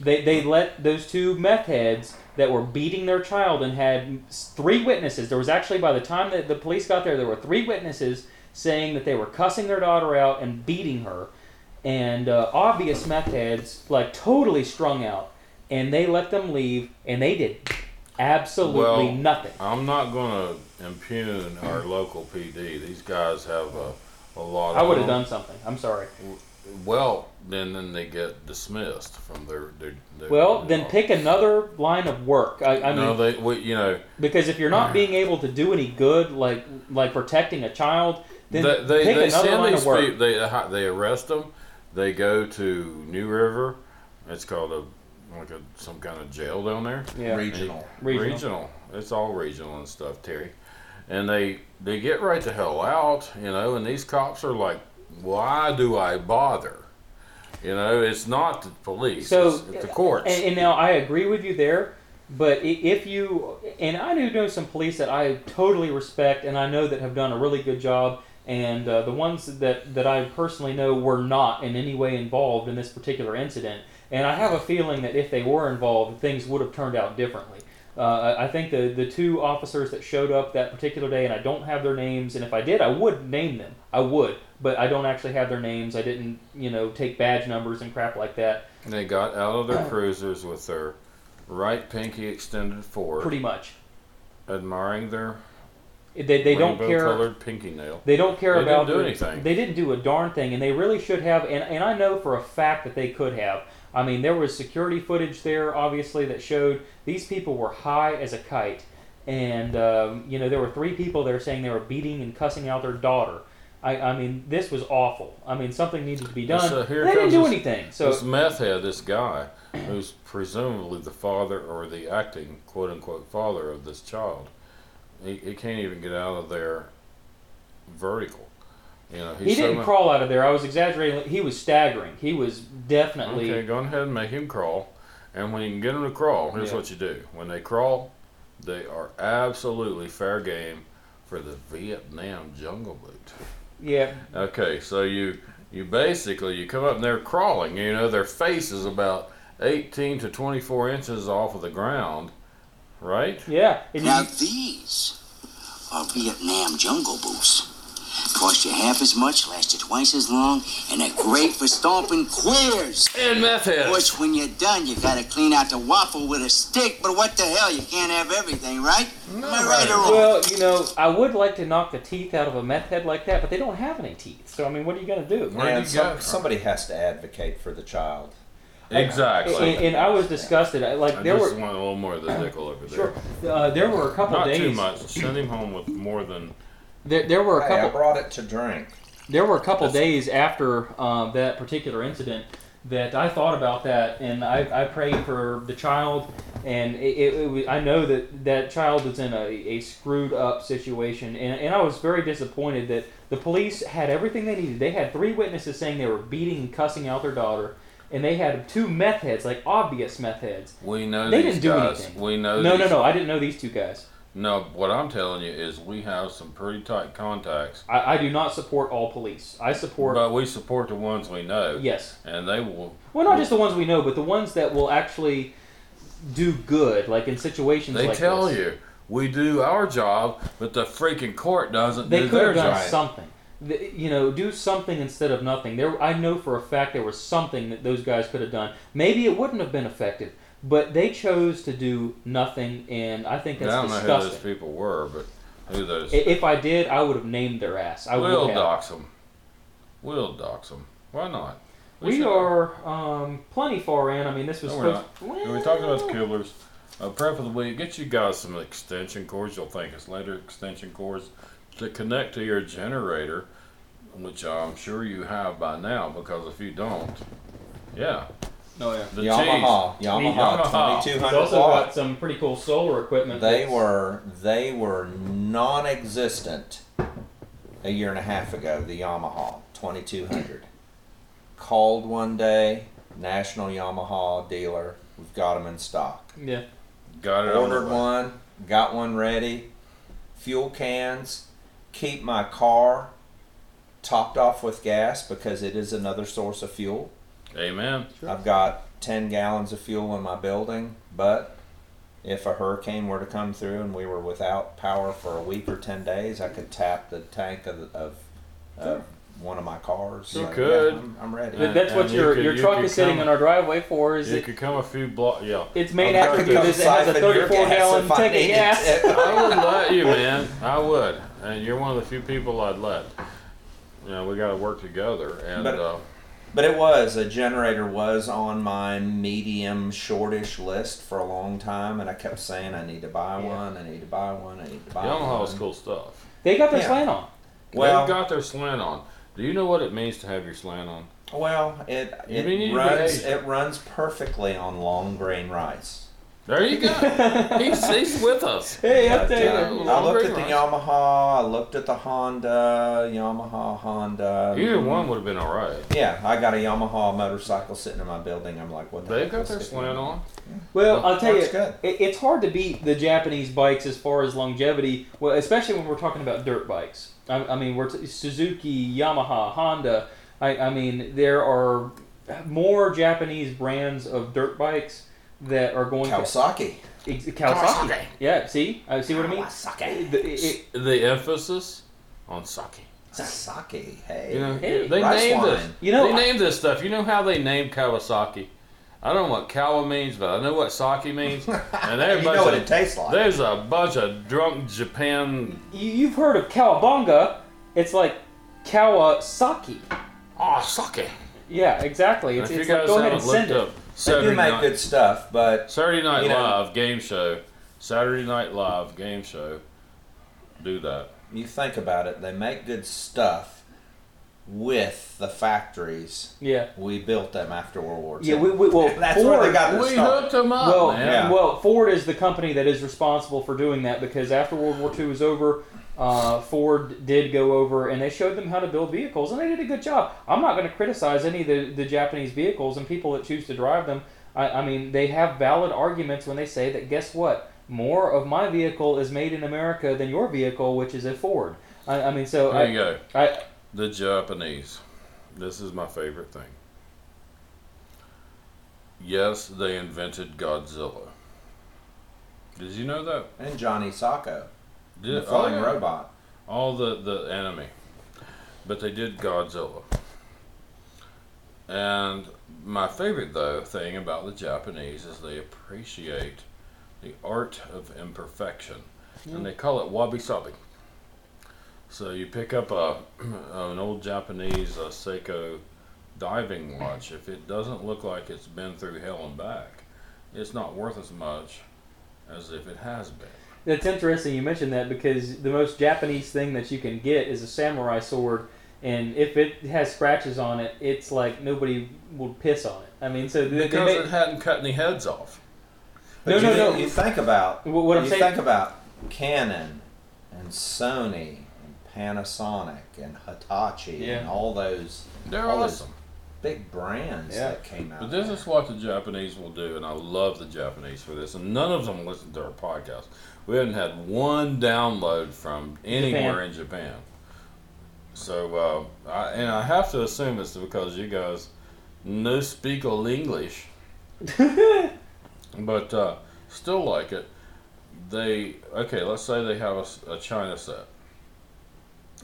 [SPEAKER 2] They, they let those two meth heads that were beating their child and had s- three witnesses. There was actually, by the time that the police got there, there were three witnesses saying that they were cussing their daughter out and beating her. And uh, obvious meth heads, like totally strung out. And they let them leave, and they did absolutely
[SPEAKER 1] Well,
[SPEAKER 2] nothing.
[SPEAKER 1] I'm not going to impugn our local PD. These guys have a, a lot of.
[SPEAKER 2] I would have done something. I'm sorry.
[SPEAKER 1] Well, then then they get dismissed from their. their, their
[SPEAKER 2] Well, then pick another line of work. I, I mean,
[SPEAKER 1] no, they. We, you know,
[SPEAKER 2] Because if you're not being able to do any good, like like protecting a child, then
[SPEAKER 1] they they,
[SPEAKER 2] pick
[SPEAKER 1] they
[SPEAKER 2] another
[SPEAKER 1] send
[SPEAKER 2] line
[SPEAKER 1] these
[SPEAKER 2] of work.
[SPEAKER 1] people. They they arrest them. They go to New River. It's called a like a some kind of jail down there.
[SPEAKER 2] Yeah.
[SPEAKER 3] Regional.
[SPEAKER 2] Regional.
[SPEAKER 1] It's all regional and stuff, Terry. And they they get right the hell out, you know. And these cops are like, why do I bother? You know, it's not the police.
[SPEAKER 2] So
[SPEAKER 1] it's, it's the courts.
[SPEAKER 2] And, and now I agree with you there, but i- if you and I do know some police that I totally respect and I know that have done a really good job, and uh, the ones that that I personally know were not in any way involved in this particular incident, and I have a feeling that if they were involved, things would have turned out differently. Uh, I I think the, the two officers that showed up that particular day, and I don't have their names, and if I did, I would name them. I would, but I don't actually have their names. I didn't, you know, take badge numbers and Uh-huh. crap like that.
[SPEAKER 1] they got out of their cruisers with their right pinky extended forward,
[SPEAKER 2] pretty much.
[SPEAKER 1] admiring their
[SPEAKER 2] They, they don't care.
[SPEAKER 1] colored pinky nail.
[SPEAKER 2] They don't care
[SPEAKER 1] They didn't
[SPEAKER 2] about.
[SPEAKER 1] do
[SPEAKER 2] their-
[SPEAKER 1] anything.
[SPEAKER 2] They didn't do a darn thing, and they really should have. And, and I know for a fact that they could have. I mean, there was security footage there, obviously, that showed these people were high as a kite, and um, you know there were three people there saying they were beating and cussing out their daughter. I, I mean, this was awful. I mean, something needed to be done.
[SPEAKER 1] So here
[SPEAKER 2] they didn't
[SPEAKER 1] comes
[SPEAKER 2] do
[SPEAKER 1] this-
[SPEAKER 2] anything. So
[SPEAKER 1] this meth head, this guy, who's presumably the father or the acting quote unquote father of this child, he, he can't even get out of there vertical. You know, he's
[SPEAKER 2] he
[SPEAKER 1] so
[SPEAKER 2] didn't
[SPEAKER 1] mu-
[SPEAKER 2] crawl out of there. I was exaggerating. He was staggering. He was definitely.
[SPEAKER 1] Okay, go ahead and make him crawl. And when you can get him to crawl, here's
[SPEAKER 2] Yeah.
[SPEAKER 1] what you do. When they crawl, they are absolutely fair game for the Vietnam jungle boot.
[SPEAKER 2] Yeah,
[SPEAKER 1] Okay, so you you basically you come up and they're crawling. You know their face is about eighteen to twenty four inches off of the ground, right?
[SPEAKER 2] yeah. And you-
[SPEAKER 5] Now, these are Vietnam jungle boots.
[SPEAKER 7] Cost you half as much, last you twice as long, and are great for stomping queers.
[SPEAKER 4] And meth heads.
[SPEAKER 7] Which, when you're done, you gotta clean out the waffle with a stick. But what the hell? You can't have everything, right? Am I right or wrong?
[SPEAKER 2] Well, you know, I would like to knock the teeth out of a meth head like that, but they don't have any teeth. So I mean, what are you gonna do?
[SPEAKER 1] Where'd
[SPEAKER 3] And
[SPEAKER 1] you
[SPEAKER 3] some-
[SPEAKER 1] get it from?
[SPEAKER 3] somebody has to advocate for the child.
[SPEAKER 1] Exactly.
[SPEAKER 2] And, and I was disgusted. I, like
[SPEAKER 1] I
[SPEAKER 2] there
[SPEAKER 1] just
[SPEAKER 2] were
[SPEAKER 1] want a little more of the nickel over there.
[SPEAKER 2] sure, uh, there were a couple
[SPEAKER 1] Not
[SPEAKER 2] days.
[SPEAKER 1] too much. Send him home with more than.
[SPEAKER 2] There, there were a
[SPEAKER 3] Hey, I
[SPEAKER 2] couple.
[SPEAKER 3] brought it to drink.
[SPEAKER 2] there were a couple days after um, that particular incident that I thought about that, and I, I prayed for the child, and it, it, it, was- I know that that child was in a, a screwed up situation, and, and I was very disappointed that the police had everything they needed. They had three witnesses saying they were beating and cussing out their daughter, and they had two meth heads, like obvious meth heads.
[SPEAKER 1] We know
[SPEAKER 2] They
[SPEAKER 1] these
[SPEAKER 2] didn't do
[SPEAKER 1] guys.
[SPEAKER 2] anything.
[SPEAKER 1] We know.
[SPEAKER 2] No, no,
[SPEAKER 1] Oh, these-
[SPEAKER 2] no, I didn't know these two guys.
[SPEAKER 1] No, what I'm telling you is we have some pretty tight contacts,
[SPEAKER 2] I, I do not support all police. I support
[SPEAKER 1] but we support the ones we know.
[SPEAKER 2] yes.
[SPEAKER 1] And they will.
[SPEAKER 2] Well, not just the ones we know, but the ones that will actually do good, like in situations
[SPEAKER 1] They
[SPEAKER 2] like
[SPEAKER 1] tell
[SPEAKER 2] this.
[SPEAKER 1] you we do our job, but the freaking court doesn't
[SPEAKER 2] They
[SPEAKER 1] do
[SPEAKER 2] could
[SPEAKER 1] their
[SPEAKER 2] have done
[SPEAKER 1] job.
[SPEAKER 2] something. Th- You know, do something instead of nothing. There, I know for a fact there was something that those guys could have done. Maybe it wouldn't have been effective, but they chose to do nothing, and I think
[SPEAKER 1] I
[SPEAKER 2] that's
[SPEAKER 1] don't know who those
[SPEAKER 2] disgusting.
[SPEAKER 1] people were, but who those?
[SPEAKER 2] I- If I did, I would have named their ass. I
[SPEAKER 1] we'll
[SPEAKER 2] would have.
[SPEAKER 1] dox them. We'll dox them. Why not?
[SPEAKER 2] We
[SPEAKER 1] should-
[SPEAKER 2] are um, plenty far in. I mean, this was
[SPEAKER 1] No, we're
[SPEAKER 2] supposed.
[SPEAKER 1] not. we talked about the Kibblers. Uh, prep of the week. Get you guys some extension cords. You'll thank us later. Extension cords to connect to your generator, which I'm sure you have by now. Because if you don't, yeah,
[SPEAKER 2] Oh yeah.
[SPEAKER 1] the
[SPEAKER 3] Yamaha,
[SPEAKER 1] cheese.
[SPEAKER 3] Yamaha,
[SPEAKER 1] Yamaha.
[SPEAKER 3] twenty two
[SPEAKER 2] He's
[SPEAKER 3] hundred
[SPEAKER 2] also got
[SPEAKER 3] watt.
[SPEAKER 2] some pretty cool solar equipment.
[SPEAKER 3] They
[SPEAKER 2] that's-
[SPEAKER 3] were they were non-existent a year and a half ago. The Yamaha twenty two hundred called one day. National Yamaha dealer. We've got them in stock.
[SPEAKER 2] Yeah.
[SPEAKER 1] Got it. on the
[SPEAKER 3] Ordered
[SPEAKER 1] way.
[SPEAKER 3] one. Got one ready. Fuel cans. Keep my car topped off with gas because it is another source of fuel.
[SPEAKER 1] Amen.
[SPEAKER 3] I've got 10 gallons of fuel in my building, but if a hurricane were to come through and we were without power for a week or 10 days, I could tap the tank of, of, of one of my cars.
[SPEAKER 1] You
[SPEAKER 3] So, yeah,
[SPEAKER 1] could.
[SPEAKER 3] I'm, I'm ready.
[SPEAKER 2] Th- that's
[SPEAKER 1] and
[SPEAKER 2] what
[SPEAKER 1] you
[SPEAKER 2] your,
[SPEAKER 1] could-
[SPEAKER 2] your
[SPEAKER 1] you
[SPEAKER 2] truck
[SPEAKER 1] could
[SPEAKER 2] is sitting
[SPEAKER 1] come-
[SPEAKER 2] in our driveway for. Is
[SPEAKER 1] You
[SPEAKER 2] it,
[SPEAKER 1] could come a few block. Yeah.
[SPEAKER 2] its main
[SPEAKER 1] I'm trying to
[SPEAKER 2] attribute is it has a
[SPEAKER 3] siphon your
[SPEAKER 2] 34
[SPEAKER 3] gas
[SPEAKER 2] gallon
[SPEAKER 3] if I
[SPEAKER 2] tank of
[SPEAKER 3] need
[SPEAKER 2] gas.
[SPEAKER 3] it.
[SPEAKER 1] I would let you, man. I would, and you're one of the few people I'd let. You know, we got to work together, and
[SPEAKER 3] But-
[SPEAKER 1] uh,
[SPEAKER 3] But it was a generator was on my medium shortish list for a long time, and I kept saying I need to buy
[SPEAKER 2] Yeah.
[SPEAKER 3] one, I need to buy one, I need to buy one.
[SPEAKER 1] Yamaha's cool stuff.
[SPEAKER 2] They got their
[SPEAKER 3] Yeah.
[SPEAKER 2] slant on.
[SPEAKER 1] Well,
[SPEAKER 3] Well-
[SPEAKER 1] They've got their slant on. Do you know what it means to have your slant on?
[SPEAKER 3] Well, it
[SPEAKER 1] You mean
[SPEAKER 3] it
[SPEAKER 1] you
[SPEAKER 3] runs
[SPEAKER 1] raised-
[SPEAKER 3] it runs perfectly on long grain rice.
[SPEAKER 1] There you go. he's, he's with us.
[SPEAKER 2] Hey, up
[SPEAKER 3] But,
[SPEAKER 2] there.
[SPEAKER 3] uh, I
[SPEAKER 1] Long
[SPEAKER 3] looked
[SPEAKER 1] grain
[SPEAKER 3] at the
[SPEAKER 1] rice.
[SPEAKER 3] Yamaha. I looked at the Honda. Yamaha, Honda.
[SPEAKER 1] Either one would have been all right.
[SPEAKER 3] Yeah, I got a Yamaha motorcycle sitting in my building. I'm like, what? The
[SPEAKER 1] They've
[SPEAKER 3] heck
[SPEAKER 1] got
[SPEAKER 3] is
[SPEAKER 1] their
[SPEAKER 3] this
[SPEAKER 1] slant
[SPEAKER 3] thing?
[SPEAKER 1] on.
[SPEAKER 2] Well, I'll tell you,
[SPEAKER 3] That's good.
[SPEAKER 2] it, it's hard to beat the Japanese bikes as far as longevity, well, especially when we're talking about dirt bikes. I, I mean, we're t- Suzuki, Yamaha, Honda. I, I mean, there are more Japanese brands of dirt bikes that are going
[SPEAKER 3] Kawasaki.
[SPEAKER 2] to ex- Kawasaki.
[SPEAKER 4] Kawasaki.
[SPEAKER 2] Yeah, see, I see what I mean.
[SPEAKER 3] Kawasaki.
[SPEAKER 2] The- it- it-
[SPEAKER 1] The emphasis on sake.
[SPEAKER 3] Kawasaki. Hey.
[SPEAKER 1] You know,
[SPEAKER 2] Hey,
[SPEAKER 1] they
[SPEAKER 3] rice
[SPEAKER 1] named
[SPEAKER 3] wine.
[SPEAKER 1] this.
[SPEAKER 2] You know,
[SPEAKER 1] they
[SPEAKER 2] I-
[SPEAKER 1] named this stuff. You know how they named Kawasaki? I don't know what Kawa means, but I know what sake means. And
[SPEAKER 3] You
[SPEAKER 1] everybody,
[SPEAKER 3] know what it tastes like.
[SPEAKER 1] There's a bunch of drunk Japan.
[SPEAKER 2] you, you've heard of cowabunga. It's like Kawasaki.
[SPEAKER 1] Oh, sake.
[SPEAKER 2] Yeah, exactly. It's,
[SPEAKER 1] If you
[SPEAKER 2] it's
[SPEAKER 1] guys
[SPEAKER 2] like, go ahead and
[SPEAKER 1] haven't looked
[SPEAKER 2] send
[SPEAKER 1] up,
[SPEAKER 2] it.
[SPEAKER 3] They do
[SPEAKER 1] Saturday
[SPEAKER 3] make
[SPEAKER 1] night-
[SPEAKER 3] good stuff, but
[SPEAKER 1] Saturday Night
[SPEAKER 3] You know-
[SPEAKER 1] Live game show. Saturday Night Live game show. Do that.
[SPEAKER 3] you think about it, they make good stuff with the factories.
[SPEAKER 2] Yeah.
[SPEAKER 3] We built them after World War II.
[SPEAKER 2] Yeah, we, we, well,
[SPEAKER 3] That's
[SPEAKER 2] Ford,
[SPEAKER 3] where they got their
[SPEAKER 1] We
[SPEAKER 3] start.
[SPEAKER 1] hooked them up,
[SPEAKER 2] Well,
[SPEAKER 1] man.
[SPEAKER 3] Yeah.
[SPEAKER 2] well, Ford is the company that is responsible for doing that because after World War II was over, uh, Ford did go over and they showed them how to build vehicles and they did a good job. I'm not going to criticize any of the, the Japanese vehicles and people that choose to drive them. I, I mean, they have valid arguments when they say that, guess what? More of my vehicle is made in America than your vehicle, which is a Ford. I, I mean, so
[SPEAKER 1] There
[SPEAKER 2] I,
[SPEAKER 1] you go.
[SPEAKER 2] I,
[SPEAKER 1] The Japanese. This is my favorite thing. Yes, they invented Godzilla. Did you know that?
[SPEAKER 3] And Johnny Sacco,
[SPEAKER 1] Did,
[SPEAKER 3] the falling
[SPEAKER 1] oh, yeah.
[SPEAKER 3] robot.
[SPEAKER 1] All the the enemy. but they did Godzilla. And my favorite though thing about the Japanese is they appreciate the art of imperfection, and they call it wabi sabi. So you pick up a an old Japanese uh, Seiko diving watch. If it doesn't look like it's been through hell and back, it's not worth as much as if it has been.
[SPEAKER 2] That's interesting you mentioned that because the most Japanese thing that you can get is a samurai sword, and if it has scratches on it, it's like nobody will piss on it. I mean, so they, they
[SPEAKER 1] Because
[SPEAKER 2] make,
[SPEAKER 1] it hadn't cut any heads off.
[SPEAKER 3] But
[SPEAKER 2] No,
[SPEAKER 3] you,
[SPEAKER 2] no,
[SPEAKER 3] thi-
[SPEAKER 2] no.
[SPEAKER 3] You think about
[SPEAKER 2] Wh- what I'm
[SPEAKER 3] you
[SPEAKER 2] saying-
[SPEAKER 3] think about Canon and Sony and Panasonic and Hitachi and
[SPEAKER 2] Yeah.
[SPEAKER 3] all those
[SPEAKER 1] They're
[SPEAKER 3] all those
[SPEAKER 1] awesome.
[SPEAKER 3] big brands
[SPEAKER 2] Yeah.
[SPEAKER 3] that came out.
[SPEAKER 1] But this
[SPEAKER 3] there.
[SPEAKER 1] is what the Japanese will do, and I love the Japanese for this. And none of them listen to our podcast. We haven't had one download from anywhere in Japan. So, uh, I, and I have to assume it's because you guys no speak all English, but uh, still like it. They okay. Let's say they have a, s- a china set,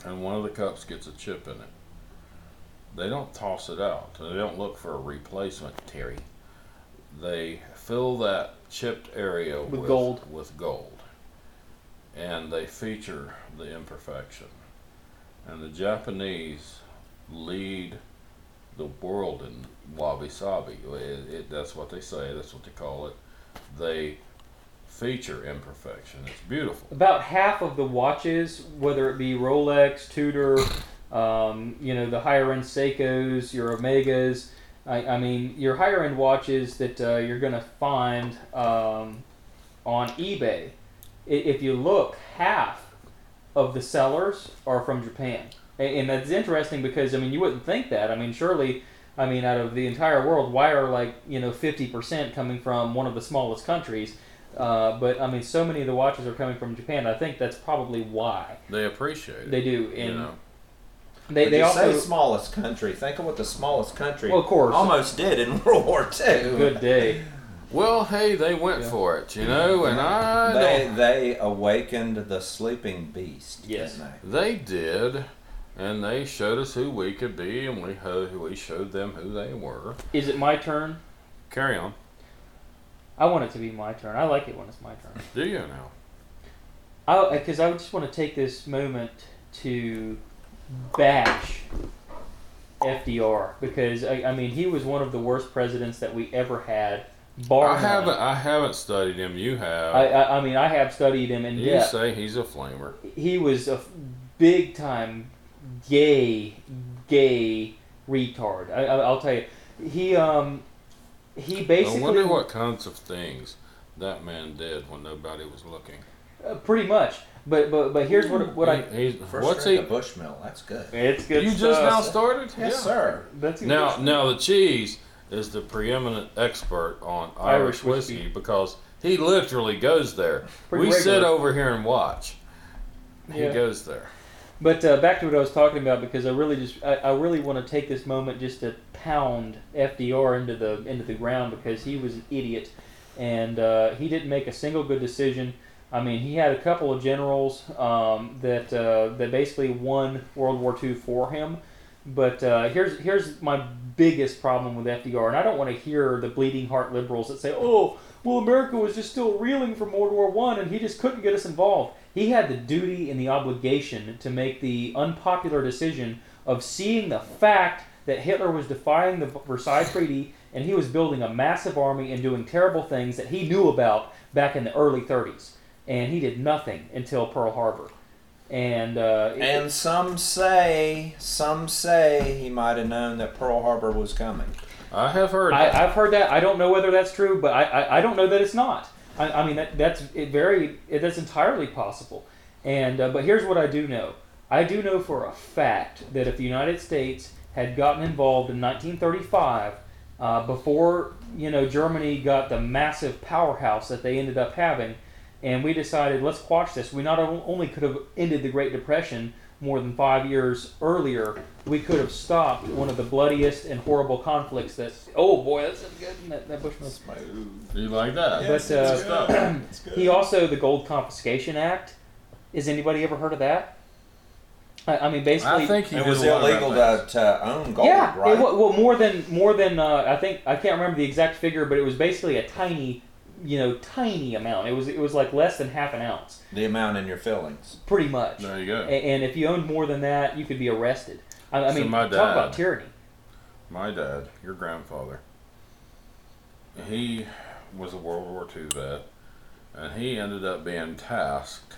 [SPEAKER 1] and one of the cups gets a chip in it they don't toss it out. They don't look for a replacement, Terry. They fill that chipped area
[SPEAKER 2] With gold.
[SPEAKER 1] With gold. And they feature the imperfection. And the Japanese lead the world in wabi sabi. It, it, that's what they say, that's what they call it. They feature imperfection. It's beautiful.
[SPEAKER 2] about half of the watches, whether it be Rolex, Tudor, um, you know, the higher end Seikos, your Omegas. I, I mean, your higher end watches that uh, you're going to find um, on eBay. I- If you look, half of the sellers are from Japan, A- and that's interesting because I mean, you wouldn't think that. I mean, surely. I mean, out of the entire world, why are like you know fifty percent coming from one of the smallest countries? Uh, but I mean, so many of the watches are coming from Japan. I think that's probably why
[SPEAKER 1] They appreciate it.
[SPEAKER 2] they do, and
[SPEAKER 1] you know.
[SPEAKER 2] they,
[SPEAKER 3] But
[SPEAKER 2] they
[SPEAKER 3] you
[SPEAKER 2] also
[SPEAKER 3] say smallest country. Think of what the smallest country
[SPEAKER 2] Well, of course.
[SPEAKER 3] almost did in World War II.
[SPEAKER 2] good day.
[SPEAKER 1] Well, hey, they went for it, you know, and I don't
[SPEAKER 3] They they awakened the sleeping beast.
[SPEAKER 2] Yes.
[SPEAKER 3] didn't
[SPEAKER 1] They did, and they showed us who we could be, and we ho- we showed them who they were.
[SPEAKER 2] Is it my turn?
[SPEAKER 1] Carry on.
[SPEAKER 2] I want it to be my turn. I like it when it's my turn.
[SPEAKER 1] Do you now?
[SPEAKER 2] I because I just want to take this moment to bash FDR because I, I mean he was one of the worst presidents that we ever had. Bar
[SPEAKER 1] I
[SPEAKER 2] none.
[SPEAKER 1] haven't. I haven't studied him. You have.
[SPEAKER 2] I, I, I mean, I have studied him in
[SPEAKER 1] you
[SPEAKER 2] depth.
[SPEAKER 1] say he's a flamer.
[SPEAKER 2] He was a f- big time gay, gay retard. I, I, I'll tell you. He um, he basically
[SPEAKER 1] I wonder what kinds of things that man did when nobody was looking.
[SPEAKER 2] uh, pretty much. But but but here's what what I.
[SPEAKER 1] He- he's,
[SPEAKER 3] they? First
[SPEAKER 1] what's he?
[SPEAKER 3] drink of Bushmill. That's good.
[SPEAKER 2] It's good.
[SPEAKER 1] You just now started?
[SPEAKER 3] Yes, sir.
[SPEAKER 2] That's
[SPEAKER 1] Now, now the cheese is the preeminent expert on Irish,
[SPEAKER 2] Irish
[SPEAKER 1] whiskey,
[SPEAKER 2] whiskey.
[SPEAKER 1] because he literally goes there.
[SPEAKER 2] Pretty
[SPEAKER 1] we sit
[SPEAKER 2] regular.
[SPEAKER 1] over here and watch.
[SPEAKER 2] Yeah.
[SPEAKER 1] He goes there.
[SPEAKER 2] But uh, back to what I was talking about because I really just I, I really want to take this moment just to pound FDR into the into the ground because he was an idiot and uh, he didn't make a single good decision. I mean, he had a couple of generals um, that uh, that basically won World War II for him. But uh, here's here's my biggest problem with FDR, and I don't want to hear the bleeding heart liberals that say, "Oh, well, America was just still reeling from World War One, and he just couldn't get us involved." He had the duty and the obligation to make the unpopular decision of seeing the fact that Hitler was defying the Versailles Treaty and he was building a massive army and doing terrible things that he knew about back in the early 30s, and he did nothing until Pearl Harbor. And uh, it-
[SPEAKER 3] And some say, some say he might have known that Pearl Harbor was coming.
[SPEAKER 1] I have heard. that.
[SPEAKER 2] I, I've heard that. I don't know whether that's true, but I, I, I don't know that it's not. I, I mean, that, that's it very it, that's entirely possible. And uh, but here's what I do know. I do know for a fact that if the United States had gotten involved in 1935, uh, before you know Germany got the massive powerhouse that they ended up having, and we decided let's quash this. We not on- only could have ended the Great Depression more than five years earlier, we could have stopped one of the bloodiest and horrible conflicts. That's oh boy, that's good. That, that Bushmills.
[SPEAKER 1] You like that?
[SPEAKER 2] But uh, he also the Gold Confiscation Act. Has anybody ever heard of that? I, I mean, basically,
[SPEAKER 1] I think he
[SPEAKER 3] It
[SPEAKER 1] did
[SPEAKER 3] was
[SPEAKER 1] a lot of bad
[SPEAKER 3] illegal
[SPEAKER 1] things.
[SPEAKER 3] to, to own gold,
[SPEAKER 2] yeah.
[SPEAKER 3] right?
[SPEAKER 2] It, wa- well, more than more than uh, I think I can't remember the exact figure, but it was basically a tiny, you know, tiny amount. It was it was like less than half an ounce,
[SPEAKER 3] the amount in your fillings.
[SPEAKER 2] pretty much.
[SPEAKER 1] There you go.
[SPEAKER 2] A- And, if you owned more than that, you could be arrested. I, I
[SPEAKER 1] So
[SPEAKER 2] mean,
[SPEAKER 1] my
[SPEAKER 2] talk about
[SPEAKER 1] dad-
[SPEAKER 2] tyranny.
[SPEAKER 1] My dad, your grandfather, he was a World War II vet, and he ended up being tasked